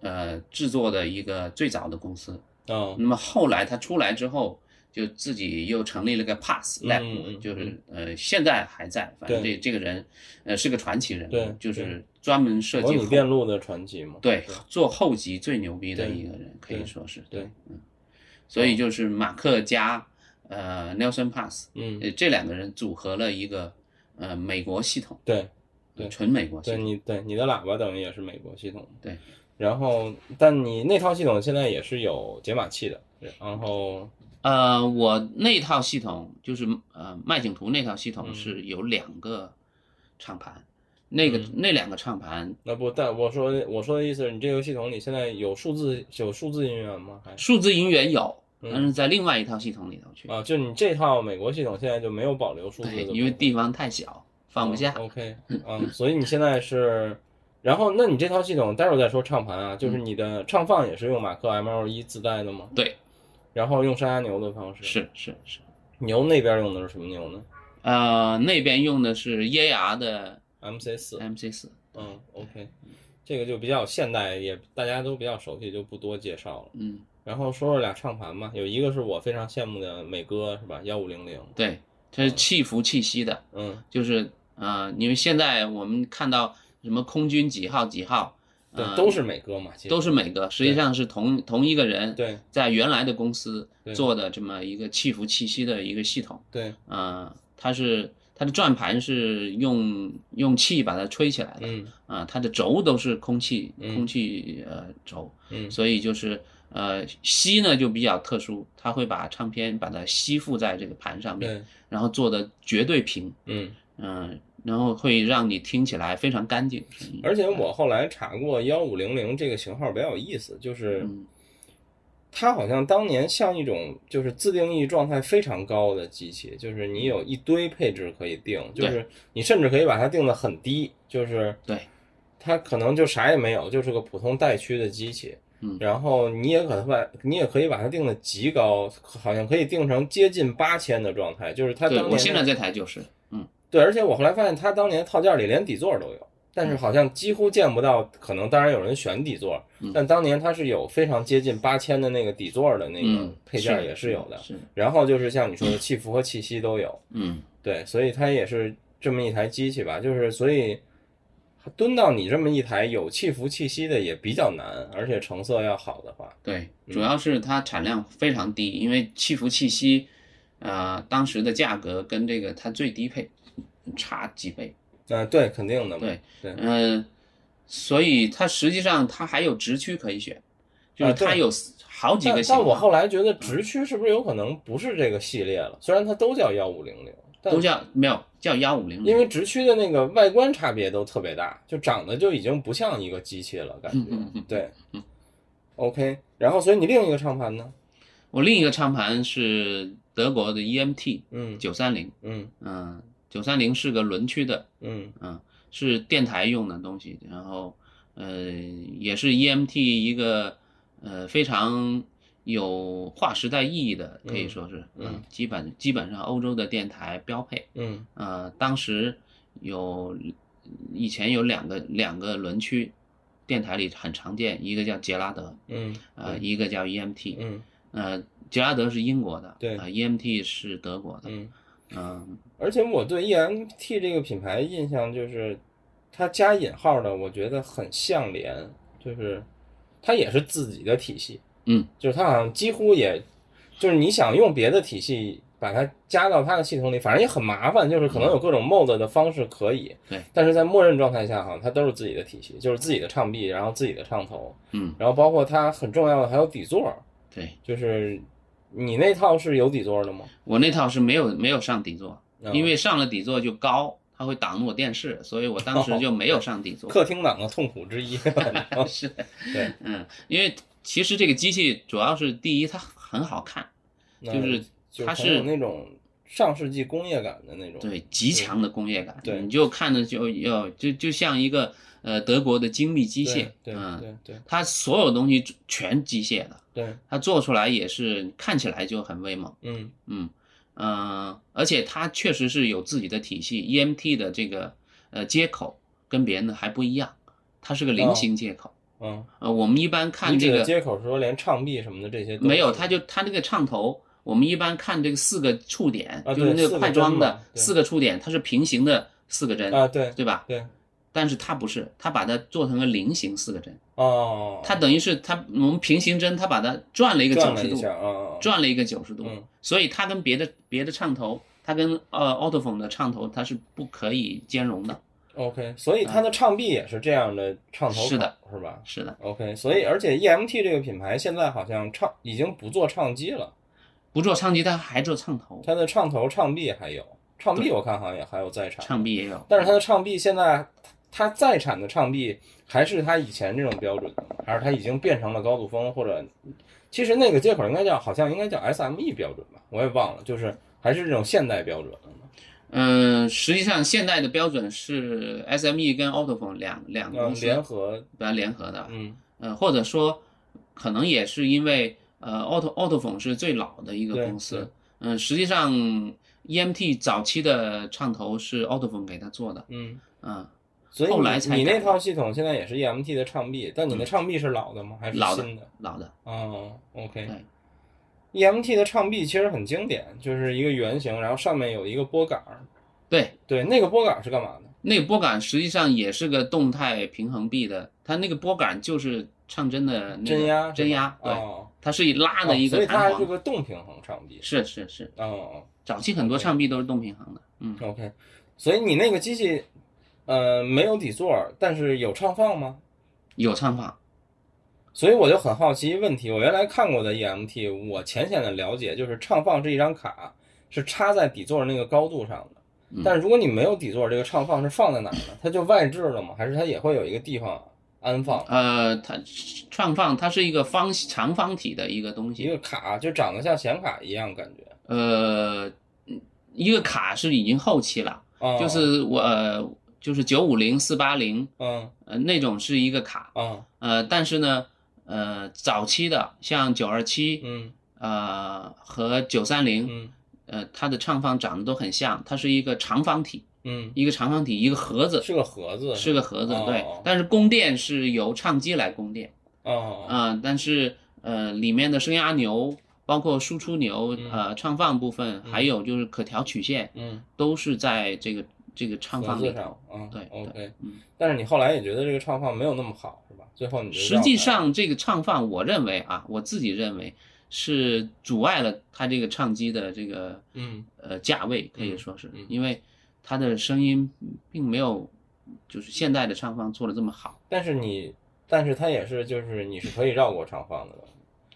呃，制作的一个最早的公司，哦，那么后来他出来之后，就自己又成立了个 Pass 嗯 Lab，、嗯嗯就是呃现在还在，反正对这这个人呃是个传奇人对物，对就是专门设模计拟后电路的传奇嘛。对做后级最牛逼的对一个人，可以对说是对嗯，所以就是马克加呃 Nelson Pass，嗯，呃这两个人组合了一个呃美国系统，呃对对纯美国系对，统，你对你的喇叭等于也是美国系统。对。然后，但你那套系统现在也是有解码器的。然后，呃，我那套系统就是呃麦景图那套系统嗯是有两个唱盘，那个嗯那两个唱盘那不，但我说我说的意思是你这个系统里现在有数字有数字音源吗？还是数字音源有，嗯但是在另外一套系统里头去，啊，就你这套美国系统现在就没有保留数字的对，部分，因为地方太小，放不下。嗯哦 OK，啊，所以你现在是，然后那你这套系统，待会儿再说唱盘啊，嗯就是你的唱放也是用马克 ML 一自带的吗？对，然后用山羊牛的方式。是是是，牛那边用的是什么牛呢？呃，那边用的是耶牙的 MC 四， MC 四，嗯，OK，这个就比较现代，也大家都比较熟悉，就不多介绍了。嗯，然后说说俩唱盘吧，有一个是我非常羡慕的美歌，是吧？幺五零零，对，它是哦气浮气息的，嗯，就是呃，因为现在我们看到什么空军几号几号，对，呃，都是美歌嘛，其实都是每个，实际上是同同一个人对在原来的公司对做的这么一个气浮气息的一个系统。对，呃，它是它的转盘是用用气把它吹起来的，嗯啊、它的轴都是空气嗯空气呃轴，嗯所以就是呃吸呢就比较特殊，它会把唱片把它吸附在这个盘上面，对，然后做的绝对平，嗯，嗯、然后会让你听起来非常干净。声音而且我后来查过幺五零零这个型号比较有意思，就是嗯它好像当年像一种就是自定义状态非常高的机器，就是你有一堆配置可以定，就对是你甚至可以把它定的很低，就是对它可能就啥也没有，就是个普通带区的机器。嗯然后你也可能把你也可以把它定的极高，好像可以定成接近八千的状态，就是它当对年我现在这台就是，嗯，对，而且我后来发现它当年套件里连底座都有，但是好像几乎见不到。可能当然有人选底座，嗯但当年它是有非常接近八千的那个底座的那个嗯配件也是有的。是，然后就是像你说的气浮和气息都有，嗯，对，所以它也是这么一台机器吧。就是所以蹲到你这么一台有气浮气息的也比较难，而且成色要好的话，对，嗯主要是它产量非常低，因为气浮气息，呃，当时的价格跟这个它最低配差几倍，嗯、对，肯定的嘛。对对嗯，所以它实际上它还有直驱可以选，就啊是它对有好几但个型但我后号，嗯来觉得直驱是不是有可能不是这个系列了？虽然它都叫幺五零零，但都叫没有叫幺五零零，因为直驱的那个外观差别都特别大，就长得就已经不像一个机器了，感嗯觉。对，OK。然后，所以你另一个唱盘呢？我另一个唱盘是德国的 EMT 嗯九三零，嗯嗯，九三零是个轮驱的，嗯啊是电台用的东西，然后呃也是 EMT 一个呃非常有划时代意义的，可以嗯说是，嗯，基本基本上欧洲的电台标配。嗯呃，当时有以前有两个两个轮驱，电台里很常见，一个叫杰拉德，嗯呃，一个叫 EMT，嗯呃，杰拉德是英国的，对呃，EMT 是德国的，嗯。嗯，而且我对 EMT 这个品牌印象就是，它加引号的，我觉得很像联，就是它也是自己的体系。嗯，就是它好像几乎也，就是你想用别的体系把它加到它的系统里，反正也很麻烦，就是可能有各种 mode 的方式可以。嗯对但是在默认状态下，好像它都是自己的体系，就是自己的唱臂，然后自己的唱头，嗯，然后包括它很重要的还有底座，对就是你那套是有底座的吗？我那套是没有没有上底座，嗯因为上了底座就高，它会挡我电视，所以我当时就没有上底座。客厅党的痛苦之一。是，对，嗯，因为其实这个机器主要是第一它很好看，那就是就它很有是那种上世纪工业感的那种。对极强的工业感，对你就看着就要就就像一个呃德国的精密机对，械，对嗯，对对它所有东西全机械的，对，它做出来也是看起来就很威猛。嗯嗯，呃，而且它确实是有自己的体系，EMT 的这个呃接口跟别人的还不一样，它是个菱形接口。嗯。呃，我们一般看你这指的个接口是说连唱臂什么的这些都没有，是它就它那个唱头，我们一般看这个四个触点，啊就是对那四个个快装针的嘛对四个触点，它是平行的四个针，啊，对对吧？对但是它不是，它把它做成了菱形四个针，哦，它等于是它我们平行针，它把它转了一个转九了十一度，下啊，啊转了一个九十度，嗯所以它跟别的别的唱头，它跟呃 Autophone 的唱头，它是不可以兼容的。 OK，所以它的唱臂也是这样的唱头口啊是的，是吧是的， ？OK，所以而且 EMT 这个品牌现在好像唱已经不做唱机了，不做唱机，它还做唱头，它的唱头、唱臂还有唱臂，对我看好像也还有在产，唱臂也有。但是它的唱臂现在它在产的唱臂还是它以前这种标准的吗，还是它已经变成了高度峰或者？其实那个接口应该叫，好像应该叫 SME 标准吧，我也忘了，就是还是这种现代标准了嘛。嗯、实际上现在的标准是 SME 跟 Autophone 两两个嗯，公司联合，把它联合的，嗯，呃，或者说可能也是因为呃 Auto Autophone 是最老的一个对公对司，嗯、实际上 EMT 早期的唱头是 Audiophone 给他做的，嗯，嗯，所以后来才你你改嗯那套系统现在也是 EMT 的唱臂，但你的唱臂是老的吗？还是老的新的？老的，哦，OK 对。 EMT 的唱臂其实很经典，就是一个圆形，然后上面有一个拨杆儿。对，对，那个拨杆儿是干嘛的？那个拨杆实际上也是个动态平衡臂的，它那个拨杆就是唱针的那个针压是吧，针压，对，哦，它是以拉的哦一所个以它弹还是簧，个动平衡唱臂。是是是，哦早期很多唱臂都是动平衡的，嗯， ，OK，所以你那个机器，呃，没有底座儿，但是有唱放吗？有唱法，所以我就很好奇问题，我原来看过的 EMT，我浅显的了解就是唱放这一张卡是插在底座那个高度上的嗯，但是如果你没有底座，这个唱放是放在哪儿呢？它就外置了吗？还是它也会有一个地方安放？呃，它唱放它是一个方长方体的一个东一西，个卡就长得像显卡一样感觉，呃，嗯一个卡是已经后期了，啊、就是我、呃、就是九五零四八零嗯呃那种是一个卡，嗯呃，但是呢，呃，早期的像九二七，嗯呃和九三零，嗯呃，它的唱放长得都很像，它是一个长方体，嗯，一个长方体，一个盒子，是个盒子，是个盒子，对哦。但是供电是由唱机来供电，啊啊，但是呃，里面的升压钮，包括输出钮，嗯呃，唱放部分，还有就是可调曲线，嗯，都是在这个这个唱盒放里子头上。，啊对对，OK，嗯但是你后来也觉得这个唱放没有那么好，是吧？最后你就实绕开际了，上，这个唱放，我认为啊，我自己认为是阻碍了它这个唱机的这个嗯呃价位，可以说是、嗯因为它的声音并没有就是现代的唱放做的这么好。但是你，但是它也是，就是你是可以绕过长方的，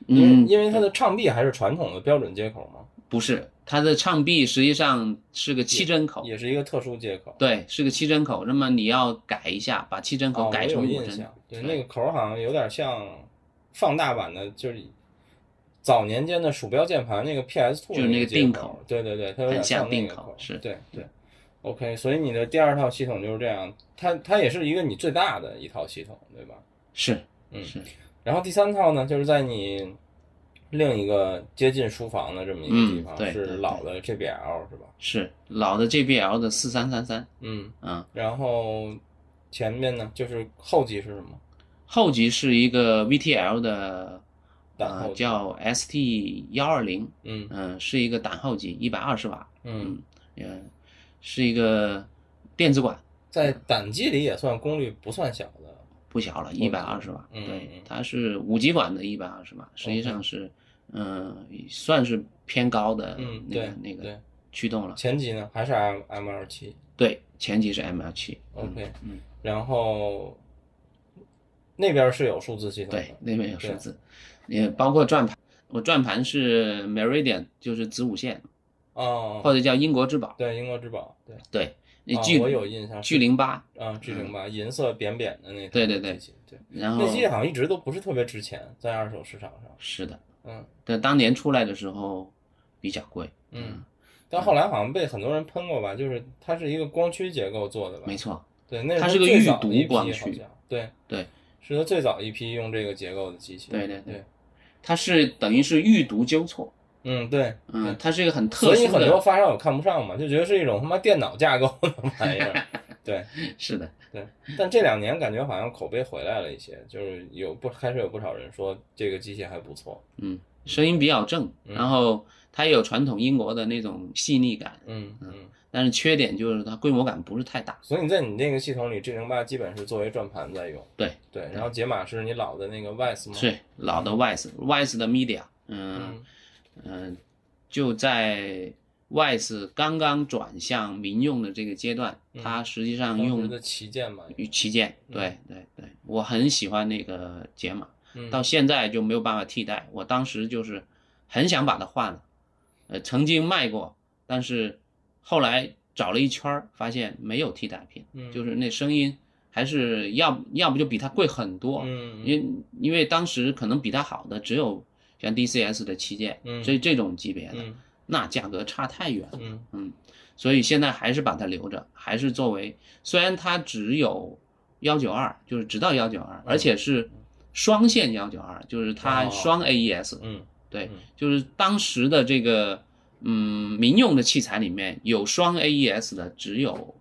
因为、嗯，因为它的唱臂还是传统的标准接口嘛，不是它的唱臂实际上是个七针口，也是一个特殊接口。哦对，是个七针口。那么你要改一下，把七针口哦，我改有成五印针。象，对，那个口儿好像有点像放大版的，就是早年间的鼠标键盘那个 PS Two 就是那个接定口口，对对对，它有点很像那定个口口儿，是对对。OK，所以你的第二套系统就是这样，它它也是一个你最大的一套系统，对吧？是嗯是，然后第三套呢，就是在你另一个接近书房的这么一个地嗯方，对是对老的 JBL 是吧？是老的 JBL 的四三三三，嗯，嗯，然后前面呢就是后级是什么？后级是一个 VTL 的，胆后呃，级叫 ST 幺二零，嗯嗯，是一个胆后级，一百二十瓦，嗯，嗯，是一个电子管，在胆机里也算功率不算小的，不小了，一百二十瓦，嗯嗯，对哦它是五级管的，一百二十瓦，实际上是，嗯，算是偏高的嗯那个对那对个驱动了，前级呢还是 M M L 七对，前级是 ML 七，嗯，OK，嗯，然后那边是有数字系统的对，，那边有数对字，也包括转盘，我转盘是 Meridian，就是子午线哦，或者叫英国之宝，对，英国之宝，对，对，那啊巨我有印象是巨零八，啊，G 零八银色扁扁的那台嗯对对对机器对。然后那机器好像一直都不是特别值钱，在二手市场上。是的，嗯但当年出来的时候比较贵，嗯，但后来好像被很多人喷过吧，就是它是一个光驱结构做的吧？没，错，对，那它是是个最早预读的一批光好驱像，对对，是它最早一批用这个结构的机器。对对对对，它是等于是预读纠错，嗯对，嗯，它是一个很特所以殊很多的，发烧友看不上嘛，就觉得是一种他妈电脑架构的玩意 儿。对，是的，但这两年感觉好像口碑回来了一些，就是有不开始有不少人说这个机器还不错。嗯，声音比较正，嗯然后它也有传统英国的那种细腻感，嗯嗯，但是缺点就是它规模感不是太大，所以你在你那个系统里，G 零八基本是作为转盘在用。对。对，然后解码是你老的那个 Vice 吗？是啊老的 Wise，Wise 的 Media，嗯嗯，嗯、就在 Wise 刚刚转向民用的这个阶段，嗯它实际上当时用的嗯旗舰嘛，与旗舰，对对对，我很喜欢那个解码，嗯到现在就没有办法替代。我当时就是很想把它换了，呃，曾经卖过，但是后来找了一圈儿，发现没有替代品，嗯就是那声音还是要要不就比它贵很多，嗯嗯因因为当时可能比它好的只有像 DCS 的旗舰，嗯这这种级别的，嗯那价格差太远了，嗯嗯，所以现在还是把它留着，还是作为虽然它只有幺九二，就是直到幺九二，嗯而且是双线幺九二，就是它哦双 AES，、嗯对嗯，就是当时的这个嗯，民用的器材里面有双 AES 的，只有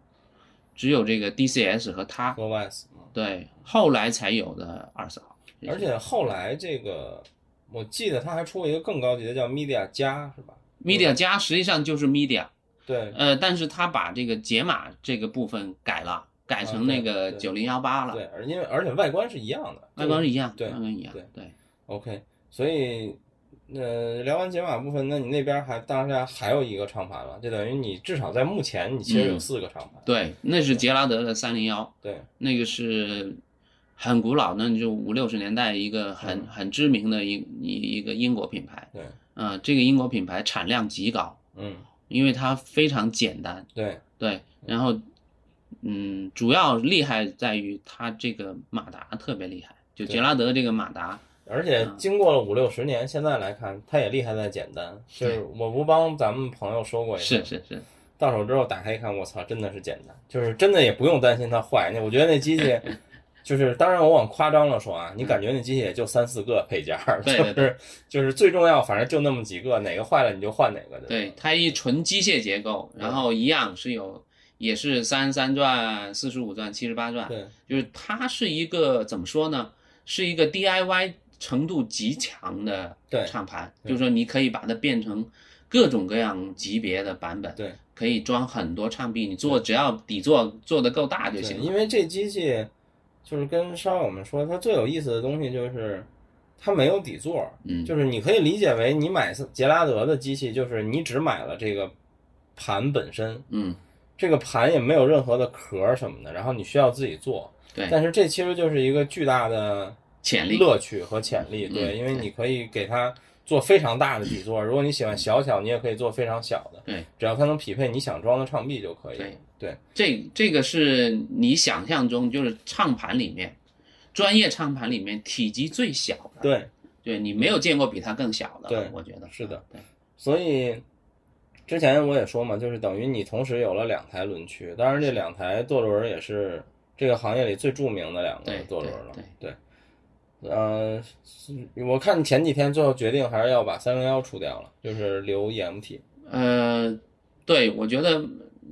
只有这个 DCS 和它，多万斯嘛。对，后来才有的二十号。而且后来这个，我记得他还出过一个更高级的，叫 Media 加，是吧 Media 加实际上就是 Media，对，呃，但是它把这个解码这个部分改了，改成那个啊对九零幺八对，了，而因为而且外观是一样的，啊外观是一样，对外观一样对，对。 OK，所以，呃，聊完解码部分，那你那边还当然还有一个长盘了，就等于你至少在目前你其实有嗯四个长盘。对，那是杰拉德的三零幺，对那个是很古老，那就五六十年代一个很嗯很知名的一一一个英国品牌，对，呃，这个英国品牌产量极高，嗯，因为它非常简单，对，对，然后，嗯，主要厉害在于它这个马达特别厉害，就对杰拉德这个马达，而且经过了五六十年，现在来看，它也厉害在简单。就是对我不帮咱们朋友说过一次，是是是，到手之后打开一看，我操，真的是简单，就是真的也不用担心它坏。那我觉得那机 器，就是当然我往夸张了说啊，你感觉那机器也就三四个配件儿，对对就对是就是最重要，反正就那么几个，哪个坏了你就换哪个。对，吧，它一纯机械结构，然后一样是有，也是三十三转、四十五转、七十八转，对就是它是一个怎么说呢？是一个 DIY 程度极强的对唱盘，对就是说你可以把它变成各种各样级别的版本，对可以装很多唱臂，你做只要底座做的够大就对，行因了。为这机器就是跟上我们说，它最有意思的东西就是它没有底座，嗯，就是你可以理解为你买杰拉德的机器，就是你只买了这个盘本身，嗯，这个盘也没有任何的壳儿什么的，然后你需要自己做。对但是这其实就是一个巨大的潜力，乐趣和潜力，嗯对，嗯因为你可以给它做非常大的底座，如果你喜欢小巧，你也可以做非常小的，对，只要它能匹配你想装的唱臂就可以。对对这这个是你想象中就是唱盘里面，专业唱盘里面体积最小的。对，对你没有见过比它更小的了，对我觉得啊是的，对，所以之前我也说嘛，就是等于你同时有了两台轮驱，当然这两台舵轮也是这个行业里最著名的两个对舵轮了对。对，呃，是我看前几天最后决定还是要把三零幺除掉了，就是留 EMT。呃，对我觉得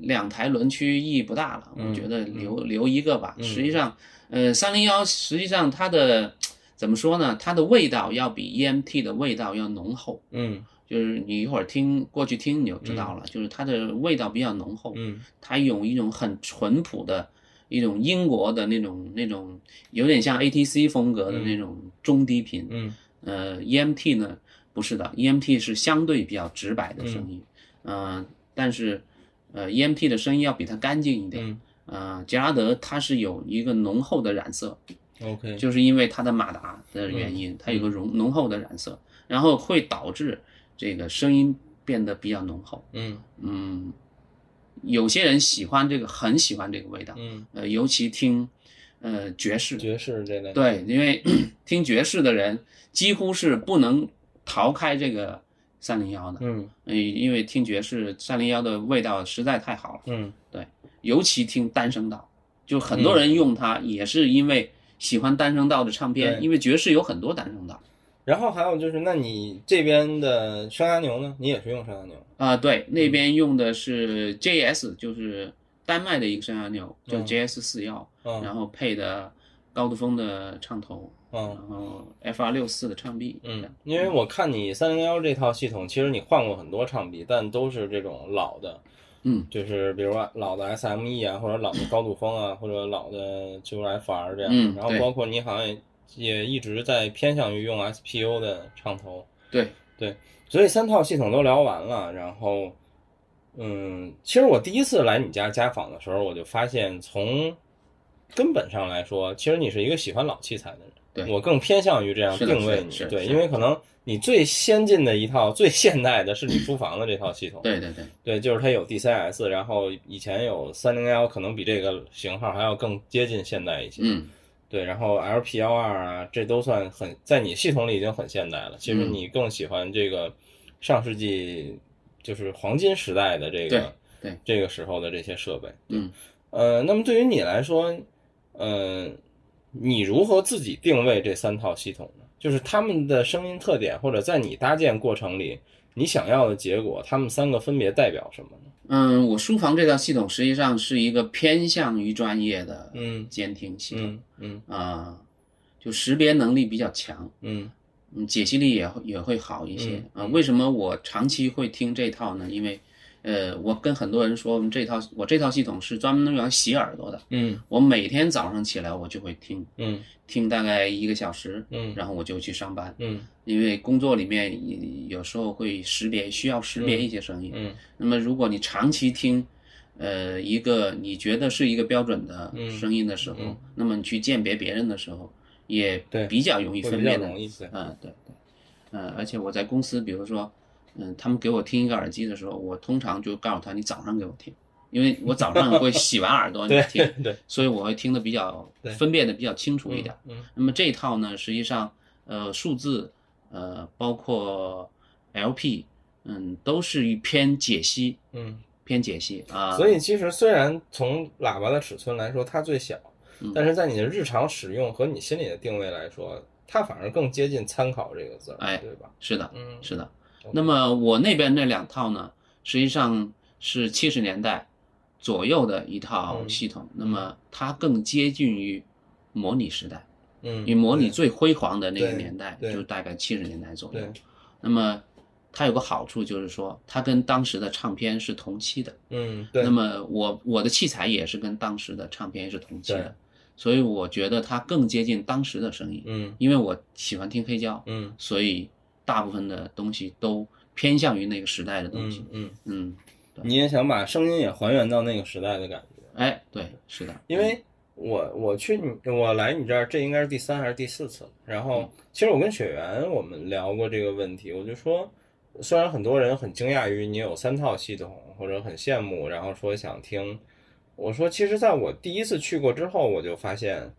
两台轮驱意义不大了，嗯我觉得嗯留留一个吧。嗯实际上，呃，三零幺实际上它的怎么说呢？它的味道要比 EMT 的味道要浓厚，嗯就是你一会儿听过去听你就知道了，就是它的味道比较浓厚。嗯它有一种很淳朴的一种英国的那种那种有点像 ATC 风格的那种中低频。嗯呃，EMT 呢不是的，EMT 是相对比较直白的声音，嗯、呃，但是呃，EMT 的声音要比它干净一点。嗯呃，杰拉德它是有一个浓厚的染色， ，OK，就是因为它的马达嗯的原因，它有个浓浓厚的染色，然后会导致这个声音变得比较浓厚。嗯嗯，有些人喜欢这个，很喜欢这个味道，嗯，呃，尤其听呃爵士，爵士这类。对，因为听爵士的人几乎是不能逃开这个三零幺的，嗯嗯，因为听爵士三零幺的味道实在太好了，嗯尤其听单声道，就很多人用它也是因为喜欢单声道的唱片，对因为爵士有很多单声道然后还有就是，那你这边的升压牛呢？你也是用升压牛？啊、对，嗯那边用的是 JS，就是丹麦的一个升压钮，叫嗯 JS 四幺，然嗯后配的高度峰的唱头，嗯然。后 FR 六四的唱臂，嗯，因为我看你三零幺这套系统，其实你换过很多唱臂，但都是这种老的，嗯，就是比如说老的 SME 啊，或者老的高度峰啊，或者老的 QFR 这样。嗯然后对包括你好像也也一直在偏向于用 SPU 的唱头，对，所以三套系统都聊完了。然后，嗯，其实我第一次来你家家访的时候，我就发现从根本上来说，其实你是一个喜欢老器材的人。对我更偏向于这样是的定位是的你，是的对，是的因为可能你最先进的一套、最现代的 是你厨房的这套系统，对对对，对，就是它有 DCS，然后以前有三零幺，可能比这个型号还要更接近现代一些，嗯，对，然后 LP 幺二啊，这都算很在你系统里已经很现代了。其实嗯你更喜欢这个上世纪就是黄金时代的这个对对这个时候的这些设备。嗯，呃，那么对于你来说，呃，你如何自己定位这三套系统呢？就是他们的声音特点，或者在你搭建过程里，你想要的结果，他们三个分别代表什么呢？嗯，我书房这套系统实际上是一个偏向于专业的嗯监听系统嗯嗯啊、就识别能力比较强，嗯嗯，解析力也会也会好一些嗯啊、为什么我长期会听这套呢？因为，呃，我跟很多人说，我们这套我这套系统是专门用来洗耳朵的。嗯我每天早上起来我就会听，嗯听大概一个小时，嗯然后我就去上班。嗯因为工作里面有时候会识别，需要识别一些声音。嗯那么如果你长期听，呃，一个你觉得是一个标准的嗯声音的时候，嗯那么你去鉴别别人的时候，也对比较容易会分比较辨的。容易对，嗯，对对，嗯，而且我在公司，比如说，嗯，他们给我听一个耳机的时候，我通常就告诉他，你早上给我听，因为我早上会洗完 耳朵你对听，对，所以我会听得比较对分辨的比较清楚一点。嗯，嗯那么这一套呢，实际上，呃，数字，呃，包括 LP，嗯，都是于偏解析，嗯，偏解析啊。所以其实虽然从喇叭的尺寸来说它最小，嗯但是在你的日常使用和你心里的定位来说，它反而更接近参考这个字儿，哎对吧？是的，嗯，是的。 OK，那么我那边那两套呢，实际上是七十年代左右的一套嗯系统，那么它更接近于模拟时代，嗯，因为模拟最辉煌的那个对年代对就嗯大概七十年代左对右。那么它有个好处就是说，它跟当时的唱片是同期的。嗯对，那么我我的器材也是跟当时的唱片是同期对的，所以我觉得它更接近当时的声音，嗯因为我喜欢听黑胶，嗯所以大部分的东西都偏向于那个时代的东西嗯。嗯，嗯，你也想把声音也还原到那个时代的感觉。哎，对，是的，因为我我去你我来你这儿，这应该是第三还是第四次了。然后其实我跟雪原我们聊过这个问题，我就说，虽然很多人很惊讶于你有三套系统，或者很羡慕，然后说想听，我说其实在我第一次去过之后，我就发现。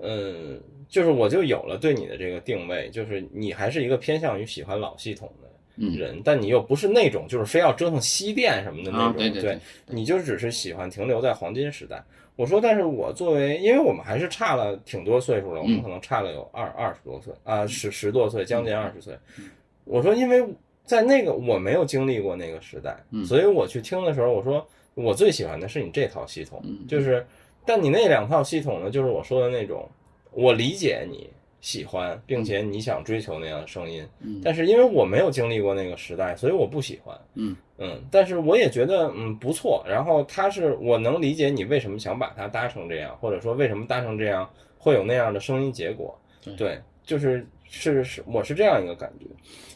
嗯，就是我就有了对你的这个定位，就是你还是一个偏向于喜欢老系统的嗯人，但你又不是那种就是非要折腾西电什么的那种，啊，对对对，你就只是喜欢停留在黄金时嗯代。我说，但是我作为，因为我们还是差了挺多岁数了，我们嗯可能差了有二二十多岁啊，十十多岁，将近二十岁。嗯我说，因为在那个我没有经历过那个时代，嗯所以我去听的时候，我说我最喜欢的是你这套系统，嗯就是，但你那两套系统呢，就是我说的那种，我理解你喜欢，并且你想追求那样的声音，嗯但是因为我没有经历过那个时代，所以我不喜欢。嗯嗯，但是我也觉得嗯不错。然后它是我能理解你为什么想把它搭成这样，或者说为什么搭成这样会有那样的声音结果。对就是是是，我是这样一个感觉。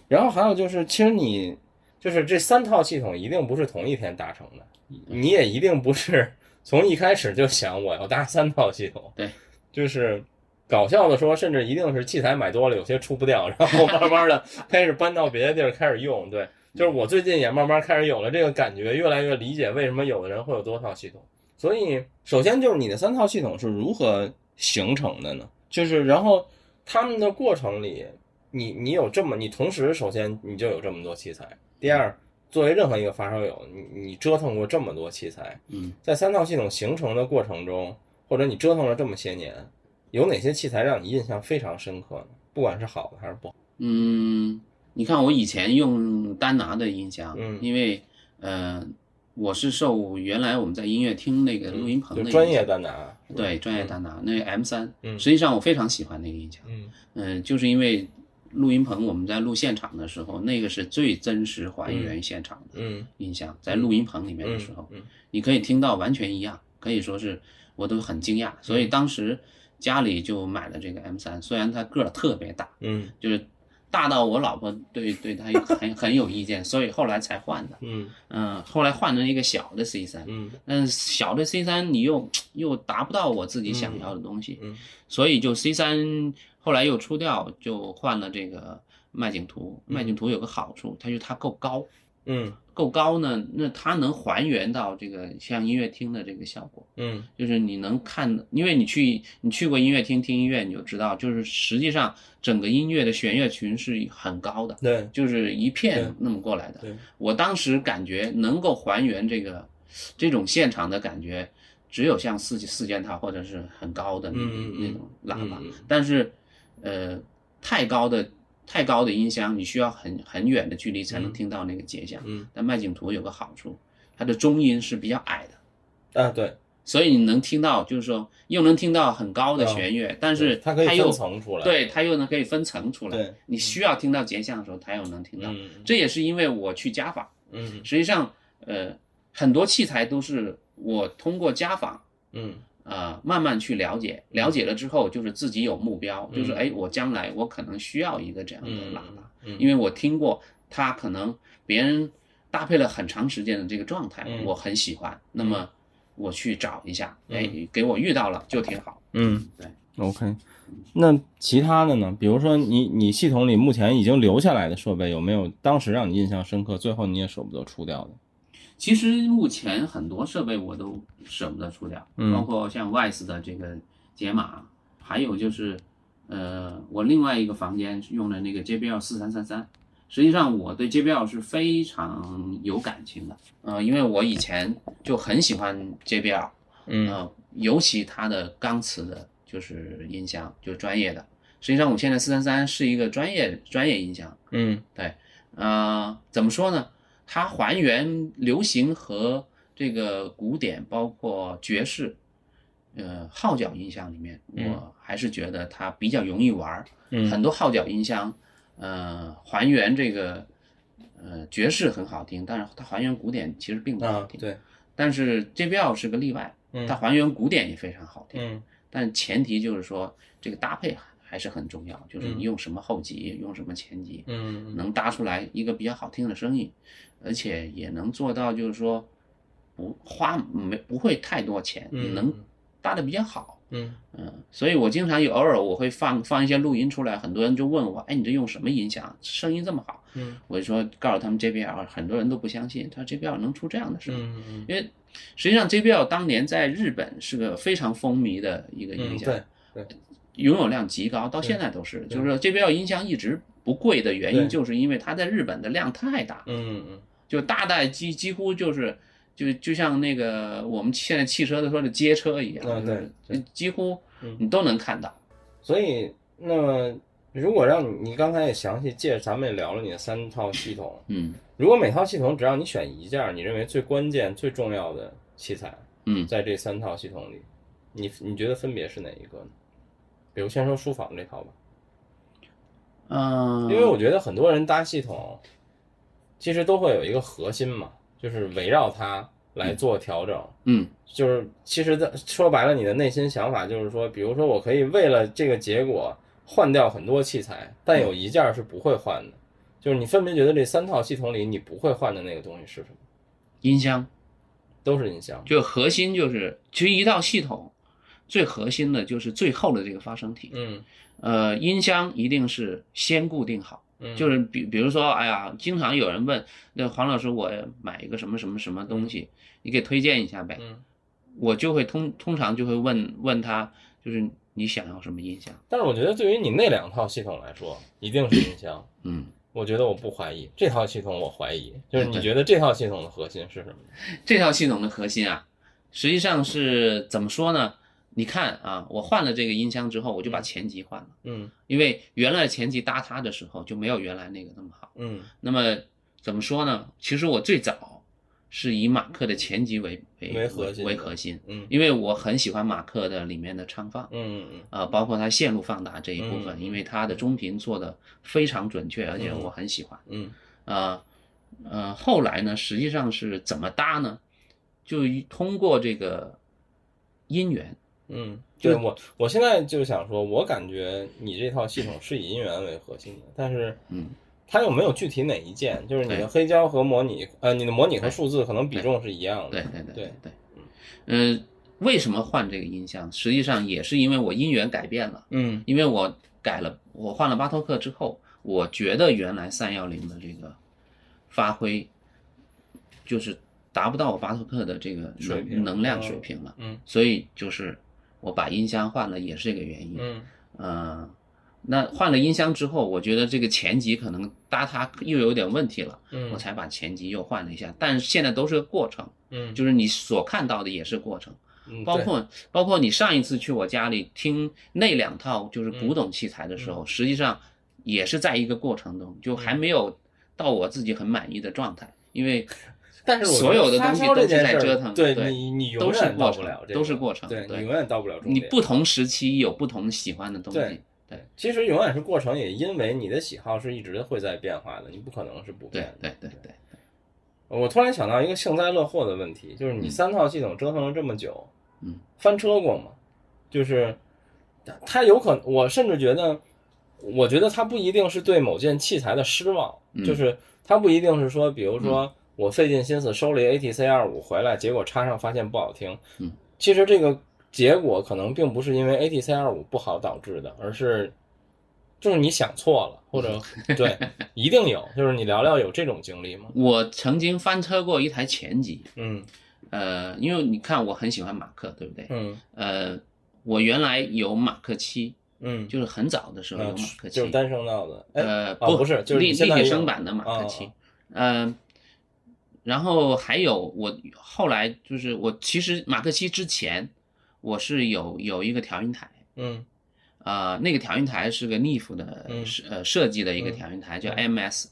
然后还有就是，其实你就是这三套系统一定不是同一天搭成的，你也一定不是从一开始就想我要搭三套系统。对，就是。搞笑的说，甚至一定是器材买多了，有些出不掉，然后慢慢的开始搬到别的地儿开始用。对，就是我最近也慢慢开始有了这个感觉，越来越理解为什么有的人会有多套系统。所以，首先就是你的三套系统是如何形成的呢？就是然后他们的过程里，你你有这么，你同时首先你就有这么多器材。第二，嗯作为任何一个发烧友，你你折腾过这么多器材，嗯在三套系统形成的过程中，或者你折腾了这么些年，有哪些器材让你印象非常深刻呢？不管是好的还是不好嗯，你看我以前用丹拿的音箱，嗯因为呃，我是受原来我们在音乐厅那个的，录音棚就的影专业响单拿，是吧对专业丹拿那个 M 三，嗯嗯实际上我非常喜欢那个音箱。嗯嗯，就是因为录音棚我们在录现场的时候，那个是最真实还原现场的嗯音响，在录音棚里面的嗯时候，嗯你可以听到完全一样，可以说是我都很惊讶。嗯所以当时家里就买了这个 M 三，虽然它个儿特别大，嗯就是大到我老婆对对它 有很很有意见，所以后来才换的。嗯嗯，后来换成一个小的 C 三，嗯但是小的 C 三你又又达不到我自己想要的东西，嗯所以就 C 三后来又出掉，就换了这个麦景图。麦景图有个好处，它就它够高，嗯够高呢，那它能还原到这个像音乐厅的这个效果，嗯就是你能看，因为你去你去过音乐厅听音乐，你就知道，就是实际上整个音乐的弦乐群是很高的，对就是对一片那么过来的。对我当时感觉能够还原这个这种现场的感觉，只有像四四件套或者是很高的那嗯种、嗯嗯那种喇叭，嗯嗯但是呃太高的太高的音箱，你需要很很远的距离才能听到那个结响。嗯但麦景图有个好处，它的中音是比较矮的，啊，对，所以你能听到，就是说又能听到很高的哦弦乐，但是它可以又分层出来。对它又能可以分层出来对。你需要听到结项的时候，它又能听到。嗯，这也是因为我去家访，嗯实际上呃很多器材都是我通过家访嗯呃，慢慢去了解，了解了之后就是自己有目标，就是嗯哎，我将来我可能需要一个这样的喇叭，嗯，因为为我听过它可能别人搭配了很长时间的这个状态，嗯哎我很喜欢，那么我去找一下，嗯哎，给我遇到了就挺好。嗯，对，OK。那其他的呢？比如说你你系统里目前已经留下来的设备，有没有当时让你印象深刻，最后你也舍不得出掉的？其实目前很多设备我都舍不得出掉，嗯包括像 Wise 的这个解码，还有就是，呃，我另外一个房间用的那个 JBL 四三三三。实际上，我对 JBL 是非常有感情的，呃，因为我以前就很喜欢 JBL，嗯呃，尤其它的钢磁的，就是音箱，就是专业的。实际上，我现在四三三是一个专业专业音箱，嗯呃，怎么说呢？它还原流行和这个古典，包括爵士，呃，号角音箱里面，嗯我还是觉得它比较容易玩儿。嗯很多号角音箱，呃，还原这个，呃，爵士很好听，但是它还原古典其实并不好啊听。对，但是 JBL 是个例外，嗯它还原古典也非常好听。嗯但前提就是说，这个搭配还是很重要，就是嗯你用什么后级，用什么前级。嗯能搭出来一个比较好听的声音，而且也能做到就是说不花没不会太多钱，嗯能搭的比较好。嗯嗯，所以我经常有偶尔我会放放一些录音出来，很多人就问我，哎，你这用什么音响，声音这么好？嗯我就说告诉他们 JBL，很多人都不相信，他说 JBL 能出这样的声音。嗯因为实际上 JBL 当年在日本是个非常风靡的一个音嗯，响，对，拥有量极高，到现在都是。对就是说 JBL 音箱一直不贵的原对因，就是因为它在日本的量太大，嗯嗯就大代几几乎就是就就像那个我们现在汽车都说的街车一样，嗯就对是对几乎嗯你都能看到。所以，那么如果让你，你刚才也详细介，咱们也聊了你的三套系统。嗯如果每套系统只让你选一件儿，你认为最关键、最重要的器材，嗯，在这三套系统里，你你觉得分别是哪一个呢？比如先说书房这套吧，嗯，因为呃我觉得很多人搭系统，其实都会有一个核心嘛，就是围绕它来做调整。嗯就是其实的说白了，你的内心想法就是说，比如说我可以为了这个结果换掉很多器材，但嗯有一件儿是不会换的，就是你分别觉得这三套系统里你不会换的那个东西是什么？音箱都是音箱。就核心就是，其实一套系统最核心的就是最后的这个发声体。嗯呃，音箱一定是先固定好。嗯，就是比比如说，哎呀，经常有人问，那黄老师，我买一个什么什么什么东西，你给推荐一下呗。嗯，我就会通通常就会问问他，就是你想要什么音响？但是我觉得对于你那两套系统来说，一定是音箱。嗯，我觉得我不怀疑这套系统，我怀疑就是你对觉得这套系统的核心是什么？这套系统的核心啊，实际上是怎么说呢？你看啊，我换了这个音箱之后，我就把前级换了，嗯因为原来前级搭它的时候就没有原来那个那么好。嗯那么怎么说呢？其实我最早是以马克的前级为为核心的嗯为核心，嗯因为我很喜欢马克的里面的唱放，嗯嗯呃，包括它线路放大这一部分，嗯因为它的中频做的非常准确，而且嗯我很喜欢。嗯呃呃，后来呢，实际上是怎么搭呢？就一通过这个音源，嗯，对我，我现在就想说，我感觉你这套系统是以音源为核心的，但是，嗯，它又没有具体哪一件，就是你对的黑胶和模拟，呃，你的模拟和数字可能比重是一样对的。对对对对，呃，为什么换这个音箱？实际上也是因为我音源改变了。嗯因为我改了，我换了巴托克之后，我觉得原来三幺零的这个发挥，就是达不到我巴托克的这个水平能能量水平了，嗯所以就是我把音箱换了，也是这个原因。嗯呃，那换了音箱之后，我觉得这个前级可能搭它又有点问题了，嗯，我才把前级又换了一下。但是现在都是个过程，嗯就是你所看到的也是过程。嗯包对括包嗯括你上一次去我家里听那两套就是古董器材的时候，实际上也是在一个过程中，嗯就还没有到我自己很满意的状态，因为但是我所有的发东西烧都这是件在事儿折腾对对你你永都是远到过不了程，这个，都是过程，对对你永远到不了终你点。不同时期有不同喜欢的东对西，其实永远是过程，也因为你的喜好是一直会在变化的，你不可能是不变对的。对对对，我突然想到一个幸灾乐祸的问题，就是你嗯三套系统折腾了这么久，嗯，翻车过吗？就是他有可能，我甚至觉得，我觉得他不一定是对某件器材的失望，嗯就是他不一定是说，比如说我费尽心思收了一 ATC 二五回来，结果插上发现不好听，嗯，其实这个结果可能并不是因为 ATC 二五不好导致的，而是。就是你想错了，或 者对，一定有。就是你聊聊有这种经历吗？我曾经翻车过一台前级，嗯，呃，因为你看我很喜欢马克，对不对？嗯呃，我原来有马克七，嗯，就是很早的时候有嗯马克七，就是单声道的，哎，呃，哦不不是就是立你立现在体有声版的马克七哦，呃，然后还有我后来就是我其实马克七之前我是有有一个调音台，嗯啊，那个调音台是个 NIF 的嗯设、呃设计的一个调音台，叫 MS。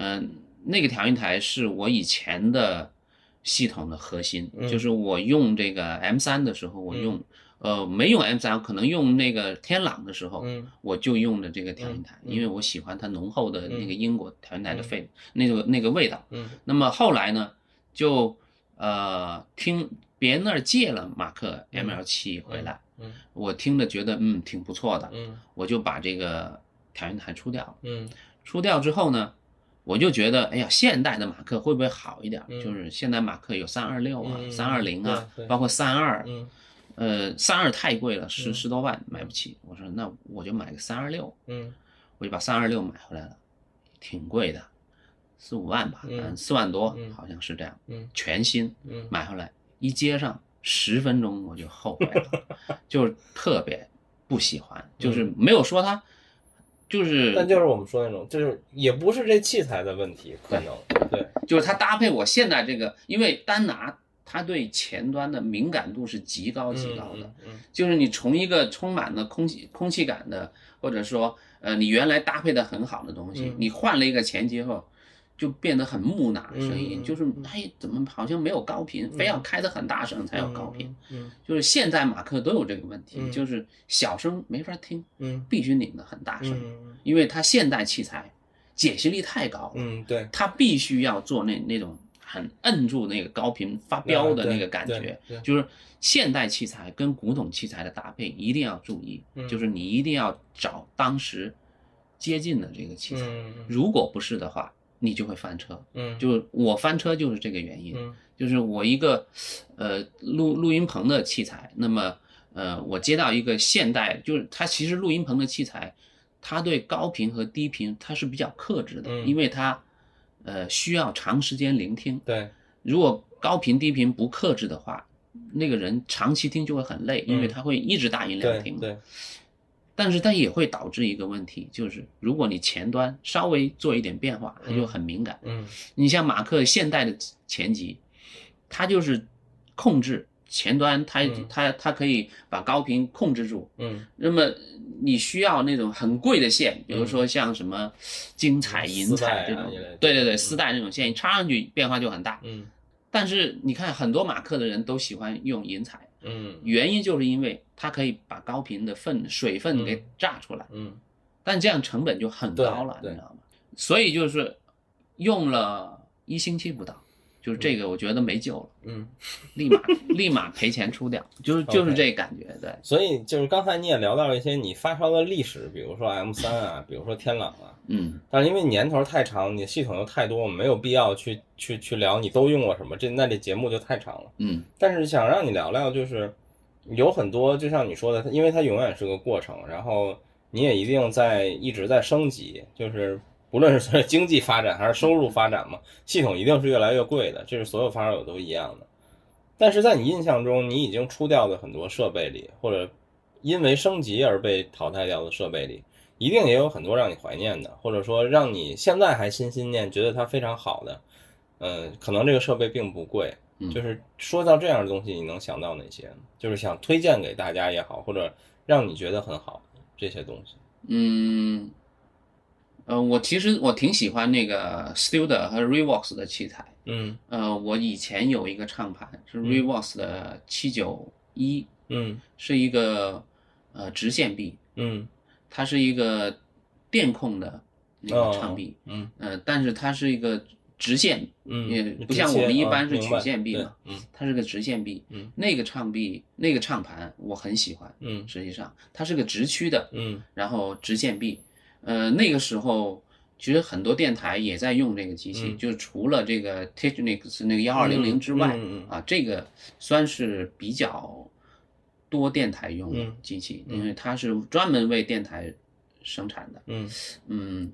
嗯、那个调音台是我以前的系统的核心，嗯就是我用这个 M 3的时候，我用、呃没用 M 3可能用那个天朗的时候，嗯我就用的这个调音台，嗯嗯因为我喜欢它浓厚的那个嗯英国调音台的嗯费、那个那个味道。嗯那么后来呢，就呃听别人那儿借了马克 ML 7回来。嗯我听着觉得嗯挺不错的，嗯我就把这个调音台出掉了。嗯出掉之后呢，我就觉得哎呀，现代的马克会不会好一点？嗯就是现代马克有三二六啊、嗯三二零啊对对，包括三二、嗯呃，三二太贵了，十、嗯十多万买不起。我说那我就买个三二六，嗯我就把三二六买回来了，挺贵的，四五万吧，嗯四万多、嗯好像是这样，嗯全新。嗯，买回来一接上十分钟我就后悔了，就是特别不喜欢，就是嗯没有说它，就是但就是我们说那种，就是也不是这器材的问题，可能对，就是它搭配我现在这个，因为丹拿它对前端的敏感度是极高极高的，嗯嗯就是你从一个充满了空气空气感的，或者说呃你原来搭配的很好的东西，嗯你换了一个前接后。就变得很木讷，声音、嗯嗯就是嗯哎，怎么好像没有高频，非要开得很大声才有高频。，嗯就是现在马克都有这个问题，嗯就是小声没法听，嗯必须拧得很大声，嗯因为它现代器材解析力太高了，嗯对，它必须要做那那种很摁住那个高频发飙的那个感觉，啊对，就是现代器材跟古董器材的搭配一定要注意，嗯就是你一定要找当时接近的这个器材，嗯如果不是的话，你就会翻车。嗯就是我翻车就是这个原因，嗯就是我一个呃录录音棚的器材，那么呃我接到一个现代，就是它其实录音棚的器材，它对高频和低频它是比较克制的，嗯因为它呃需要长时间聆听，对，如果高频低频不克制的话，那个人长期听就会很累，因为嗯他会一直大音量对听，对，但是它也会导致一个问题，就是如果你前端稍微做一点变化，它就嗯很敏感。嗯你像马克现代的前级，它就是控制前端，它嗯它它可以把高频控制住。嗯那么你需要那种很贵的线，比如说像什么金彩、嗯银彩丝这带啊种一类的，对对对，嗯丝带那种线，你插上去变化就很大。嗯但是你看，很多马克的人都喜欢用银彩，嗯原因就是因为它可以把高频的分水分给嗯炸出来。嗯但这样成本就很高了，你对知道吗？所以就是用了一星期不到，就是这个我觉得没救了，嗯。立马立马赔钱出掉，就是就是哦 OK 这感觉，对，所以就是刚才你也聊到了一些你发烧的历史，比如说 M 三啊，比如说天朗啊，嗯，但是因为年头太长，你系统又太多，我们没有必要去去去聊你都用过什么，这那这节目就太长了。嗯但是想让你聊聊，就是有很多，就像你说的，它因为它永远是个过程，然后你也一定在一直在升级，就是不论是随着经济发展还是收入发展嘛，系统一定是越来越贵的，这是所有发烧友都一样的。但是在你印象中，你已经出掉的很多设备里，或者因为升级而被淘汰掉的设备里，一定也有很多让你怀念的，或者说让你现在还心心念，觉得它非常好的。嗯，可能这个设备并不贵，嗯就是说到这样的东西，你能想到哪些呢？就是想推荐给大家也好，或者让你觉得很好的这些东西。嗯，呃，我其实我挺喜欢那个 Studer 和 Revox 的器材。嗯呃，我以前有一个唱盘是 Revox 的七九一，嗯是一个呃直线臂，嗯它是一个电控的那个唱臂，嗯呃，但是它是一个直线，嗯，也直不像接我们一啊般是明曲白线臂对嘛，嗯它是个直线臂。嗯那个唱臂，那个唱盘我很喜欢，嗯实际上它是个直驱的，嗯然后直线臂。呃，那个时候其实很多电台也在用这个机器，嗯就是除了这个 Technics 那个幺二零零之外，嗯嗯嗯啊，这个算是比较多电台用的嗯机器，嗯因为它是专门为电台生产的。嗯，嗯，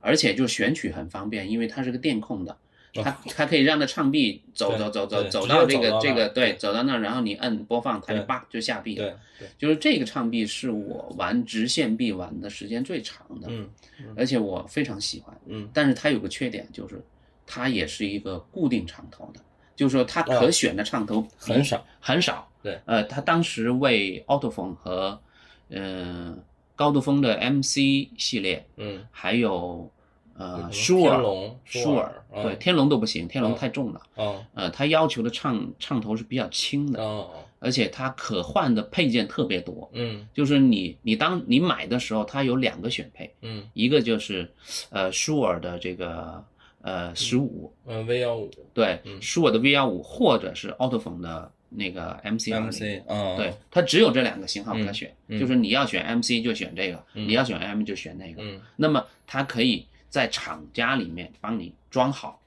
而且就选取很方便，因为它是个电控的，哦它它可以让它唱臂走对走走走对走直接到走这个到这那儿个对，对走到那儿，然后你摁播放，它就对叭就下臂了。对对，就是这个唱臂是我玩直线臂玩的时间最长的，嗯而且我非常喜欢。嗯但是它有个缺点，就是它也是一个固定唱头的，就是说它可啊选的唱头比很少很少。对，呃，它当时为 Autophone 和呃高度风的 MC 系列，嗯，还有呃有什舒么尔天龙舒尔尔，，对嗯天龙都不行，天龙嗯太重了。哦呃，它要求的唱唱头是比较轻哦的，哦而且它可换的配件特别多。嗯就是你你当你买的时候，它有两个选配，嗯一个就是呃舒尔的这个呃十五，嗯 V 幺五对，嗯舒尔的 V 幺五或者是奥特风的那个 MC 二 MC 啊，对，，它只有这两个型号可嗯选，嗯就是你要选 MC 就选这个，嗯你要选 M 就选那个。嗯那么它可以在厂家里面帮你装好，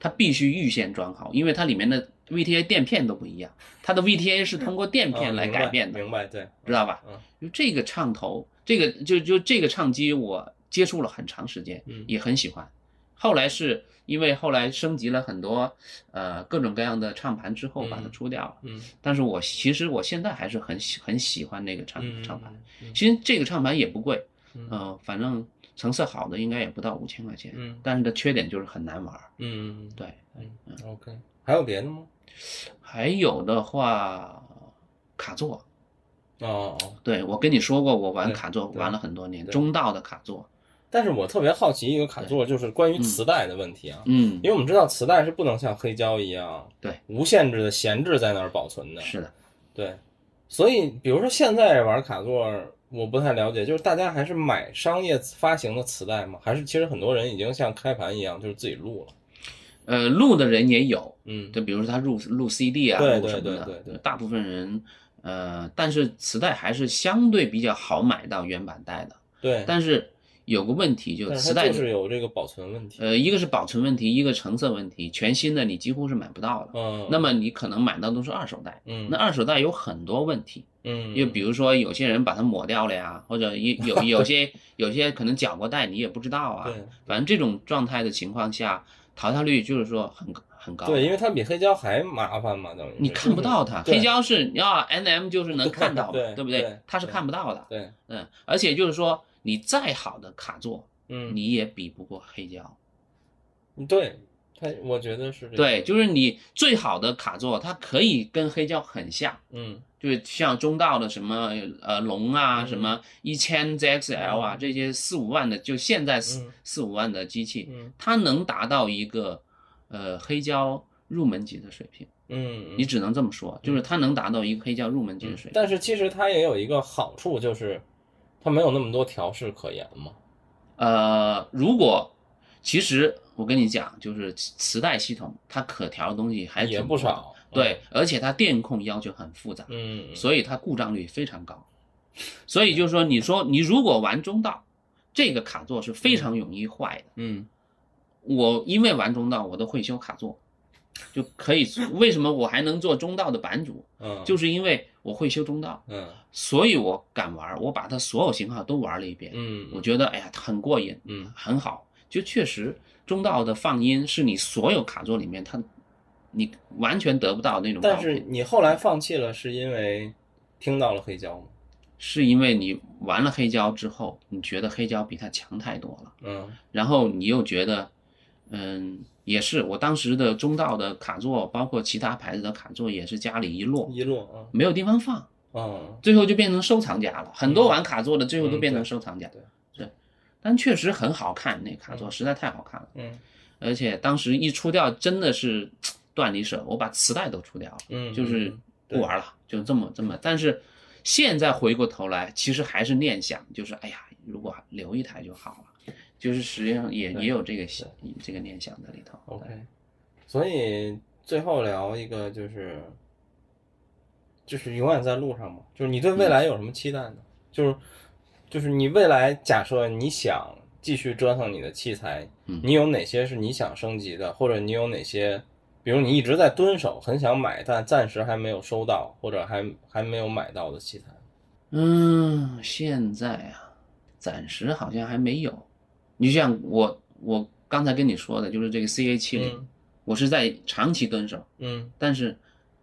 它必须预先装好，因为它里面的 VTA 垫片都不一样，它的 VTA 是通过垫片嗯来明白改变的，明白对，知道吧嗯？就这个唱头，这个就就这个唱机，我接触了很长时间，嗯也很喜欢。后来是因为后来升级了很多呃各种各样的唱盘之后，把它嗯出掉了。嗯但是我其实我现在还是很喜很喜欢那个唱嗯唱盘，，嗯其实这个唱盘也不贵，嗯呃，反正成色好的应该也不到五千块钱，嗯但是它缺点就是很难玩儿。嗯嗯对，嗯嗯，OK，还有别的吗？还有的话卡座，哦哦，对我跟你说过，我玩对卡座对玩了很多年，对中道的卡座，但是我特别好奇一个卡座，就是关于嗯磁带的问题啊，嗯因，为我们知道磁带是不能像黑胶一样，对，无限制的闲置在那儿保存的，是的，对，所以比如说现在玩卡座，我不太了解，就是大家还是买商业发行的磁带吗？还是其实很多人已经像开盘一样，就是自己录了？呃，录的人也有，嗯，就比如说他录录 CD 啊，对录什么对的，对对对大部分人，呃，但是磁带还是相对比较好买到原版带的，对，但是有个问题就但磁是带它就，是有这个保存问题。呃，一个是保存问题，一个成色问题，全新的你 几乎是买不到了，嗯，那么你可能买到都是二手带，嗯，那二手带有很多问题，嗯，因为比如说有些人把它抹掉了呀，或者有有有些有些可能搅过带你也不知道啊，对反正这种状态的情况下，淘汰率就是说很很高，对，因为它比黑胶还麻烦嘛，等于你是看不到它，对黑胶是你要 N M 就是能看到嘛，对不对它是对看不到的，对，嗯，而且就是说你再好的卡座，嗯，你也比不过黑胶，对它，我觉得是这样对，，就是你最好的卡座，它可以跟黑胶很像，嗯就是像中道的什么呃龙啊，嗯什么一千 ZXL 啊嗯这些四五万的，就现在四嗯四五万的机器，嗯它能达到一个呃黑胶入门级的水平，嗯，你只能这么说，就是它能达到一个黑胶入门级的嗯水平。但是其实它也有一个好处，就是它没有那么多调试可言嘛。呃，如果其实我跟你讲，就是磁磁带系统它可调的东西还也挺不多的少对，而且它电控要求很复杂，嗯，所以它故障率非常高。所以就是说，你说你如果玩中道，这个卡座是非常容易坏的。嗯我因为玩中道，我都会修卡座，就 可以。为什么我还能做中道的版主？嗯，就是因为我会修中道，嗯所以我敢玩，我把它所有型号都玩了一遍。嗯，我觉得哎呀很过瘾，嗯很好。就确实中道的放音是你所有卡座里面它，你完全得不到那种高但频。是你后来放弃了，是因为听到了黑胶吗？是因为你玩了黑胶之后，你觉得黑胶比它强太多了，嗯然后你又觉得，嗯，也是我当时的中道的卡座，包括其他牌子的卡座也是家里一摞，一路啊，没有地方放，嗯最后就变成收藏家了。很多嗯玩卡座的最后都嗯变成对收藏家。对对，但确实很好看，那卡座实在太好看了。嗯而且当时一出掉，真的是断离舍，我把磁带都出掉了，嗯就是不玩了，就这么这么。但是现在回过头来，其实还是念想，就是哎呀，如果留一台就好了，就是实际上也对也有这个想这个念想在里头。 OK，所以最后聊一个就是，就是永远在路上嘛，就是你对未来有什么期待呢？就是就是你未来假设你想继续折腾你的器材，嗯你有哪些是你想升级的，或者你有哪些？比如你一直在蹲守，很想买，但暂时还没有收到，或者还还没有买到的器材。嗯，现在啊，暂时好像还没有。你就像我我刚才跟你说的，就是这个 CA 七零、嗯我是在长期蹲守，嗯但是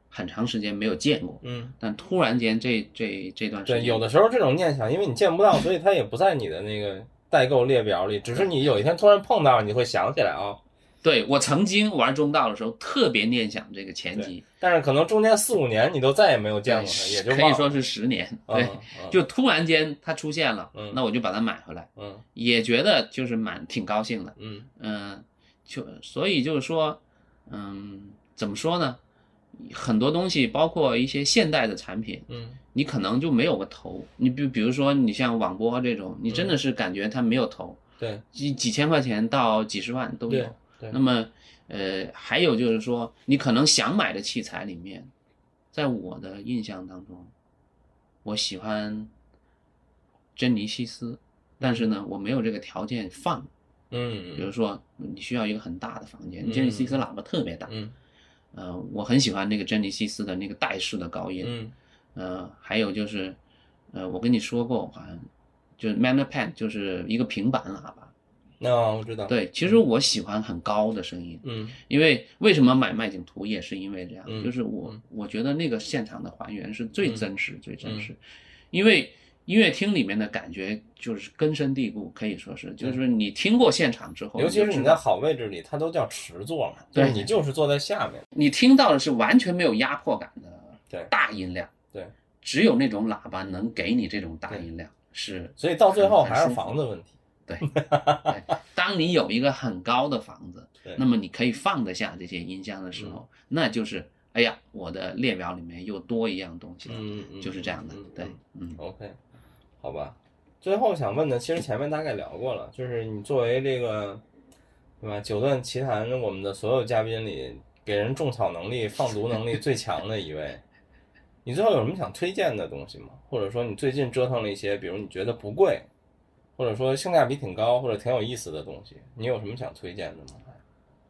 很长时间没有见过。嗯，但突然间这这这段时对，间，有的时候这种念想，因为你见不到，所以它也不在你的那个代购列表里。只是你有一天突然碰到，你会想起来啊、对我曾经玩中道的时候，特别念想这个前级，但是可能中间四五年你都再也没有见过它，对也就可忘以了说是十年，对，嗯嗯就突然间它出现了，嗯那我就把它买回来，嗯也觉得就是蛮挺高兴的，嗯嗯、就所以就是说，嗯，怎么说呢？很多东西，包括一些现代的产品，嗯你可能就没有个头。你比比如说，你像网播这种，你真的是感觉它没有头，嗯对几几千块钱到几十万都有。对对那么，呃，还有就是说，你可能想买的器材里面，在我的印象当中，我喜欢珍妮西斯，但是呢，我没有这个条件放。比嗯如说，你需要一个很大的房间，嗯珍妮西斯喇叭特别大。嗯呃，我很喜欢那个珍妮西斯的那个带式的高音。嗯呃，还有就是，呃，我跟你说过，好像就是 Manupan 就是一个平板喇叭。那我知道对，其实我喜欢很高的声音，嗯因为为什么买麦景图也是因为这样，嗯就是我嗯我觉得那个现场的还原是最嗯真实、最真嗯实，因为音乐厅里面的感觉就是根深蒂固，可以说是，就是说你听过现场之后，尤其就是知你在道好位置里，它都叫池座嘛，就是对你就是坐在下面。你听到的是完全没有压迫感的对大音量，对，只有那种喇叭能给你这种大对音量，是所以到最后很还是舒服房子问题。对，对，当你有一个很高的房子对，嗯那么你可以放得下这些音箱的时候，那就是哎呀，我的列表里面又多一样东西了，嗯嗯，就是这样的嗯嗯。对嗯，嗯 OK，好吧。最后想问的，其实前面大概聊过了，就是你作为这个，对吧？九段奇谭我们的所有嘉宾里，给人种草能力、放毒能力最强的一位。你最后有什么想推荐的东西吗？或者说你最近折腾了一些，比如你觉得不贵，或者说性价比挺高，或者挺有意思的东西，你有什么想推荐的吗？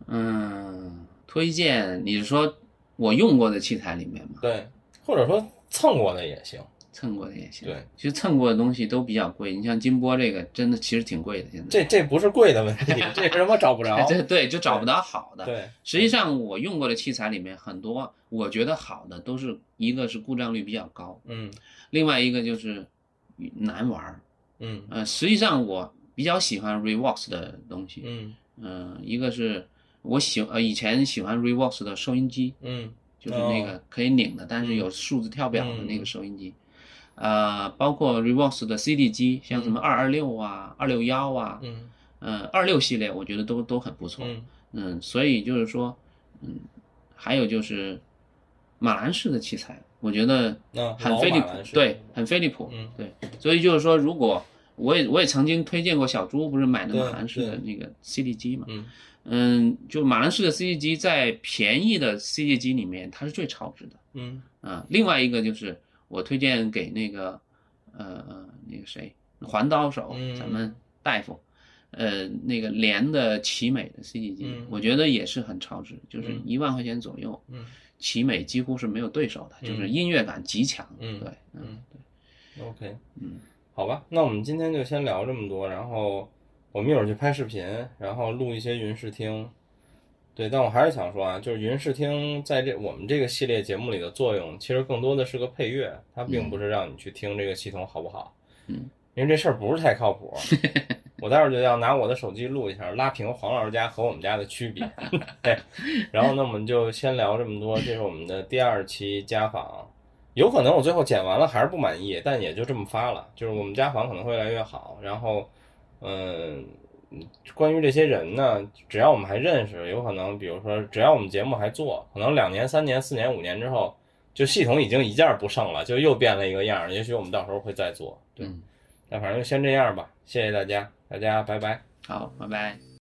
嗯，推荐你是说我用过的器材里面嘛，对，或者说蹭过的也行。蹭过的也行。对，其实蹭过的东西都比较贵，你像金波这个真的其实挺贵的，现在？这这不是贵的问题，这是什么找不着这 对就找不到好的。对，实际上我用过的器材里面很多，我觉得好的都是一个是故障率比较高，嗯另外一个就是难玩儿。嗯呃，实际上我比较喜欢 Revox 的东西。嗯嗯、一个是我喜呃以前喜欢 Revox 的收音机，嗯就是那个可以拧的，但是有数字跳表的那个收音机。呃，包括 Revox 的 CD 机，像什么二二六啊、二六幺啊，嗯嗯，二六系列我觉得都都很不错。嗯嗯，所以就是说，嗯，还有就是马兰式的器材，我觉得啊很老飞利马浦兰，式对，很飞利浦，嗯对，所以就是说，如果我也我也曾经推荐过小猪，不是买的马对兰式的那个 CD 机嘛，嗯嗯，就马兰式的 CD 机在便宜的 CD 机里面，它是最超值的，嗯啊，另外一个就是我推荐给那个呃呃那个谁环刀手，嗯咱们大夫，呃那个联的奇美的 CD 机，嗯我觉得也是很超值，就是嗯一万块钱左右，嗯奇美几乎是没有对手的，就是嗯音乐感极强，嗯对，嗯，OK，嗯好吧，那我们今天就先聊这么多，然后我们一会儿去拍视频，然后录一些云视听。对，但我还是想说啊，就是云视听在这我们这个系列节目里的作用，其实更多的是个配乐，它并不是让你去听这个系统好不好，嗯，因为这事儿不是太靠谱。我待会儿就要拿我的手机录一下，拉平黄老师家和我们家的区 别。对，然后呢，我们就先聊这么多，这是我们的第二期家访。有可能我最后剪完了还是不满意，但也就这么发了。就是我们家房可能会越来越好，然后嗯，关于这些人呢，只要我们还认识，有可能，比如说，只要我们节目还做，可能两年、三年、四年、五年之后，就系统已经一件儿不剩了，就又变了一个样儿。也许我们到时候会再做，对。嗯，那反正就先这样吧，谢谢大家，大家拜拜。好，拜拜。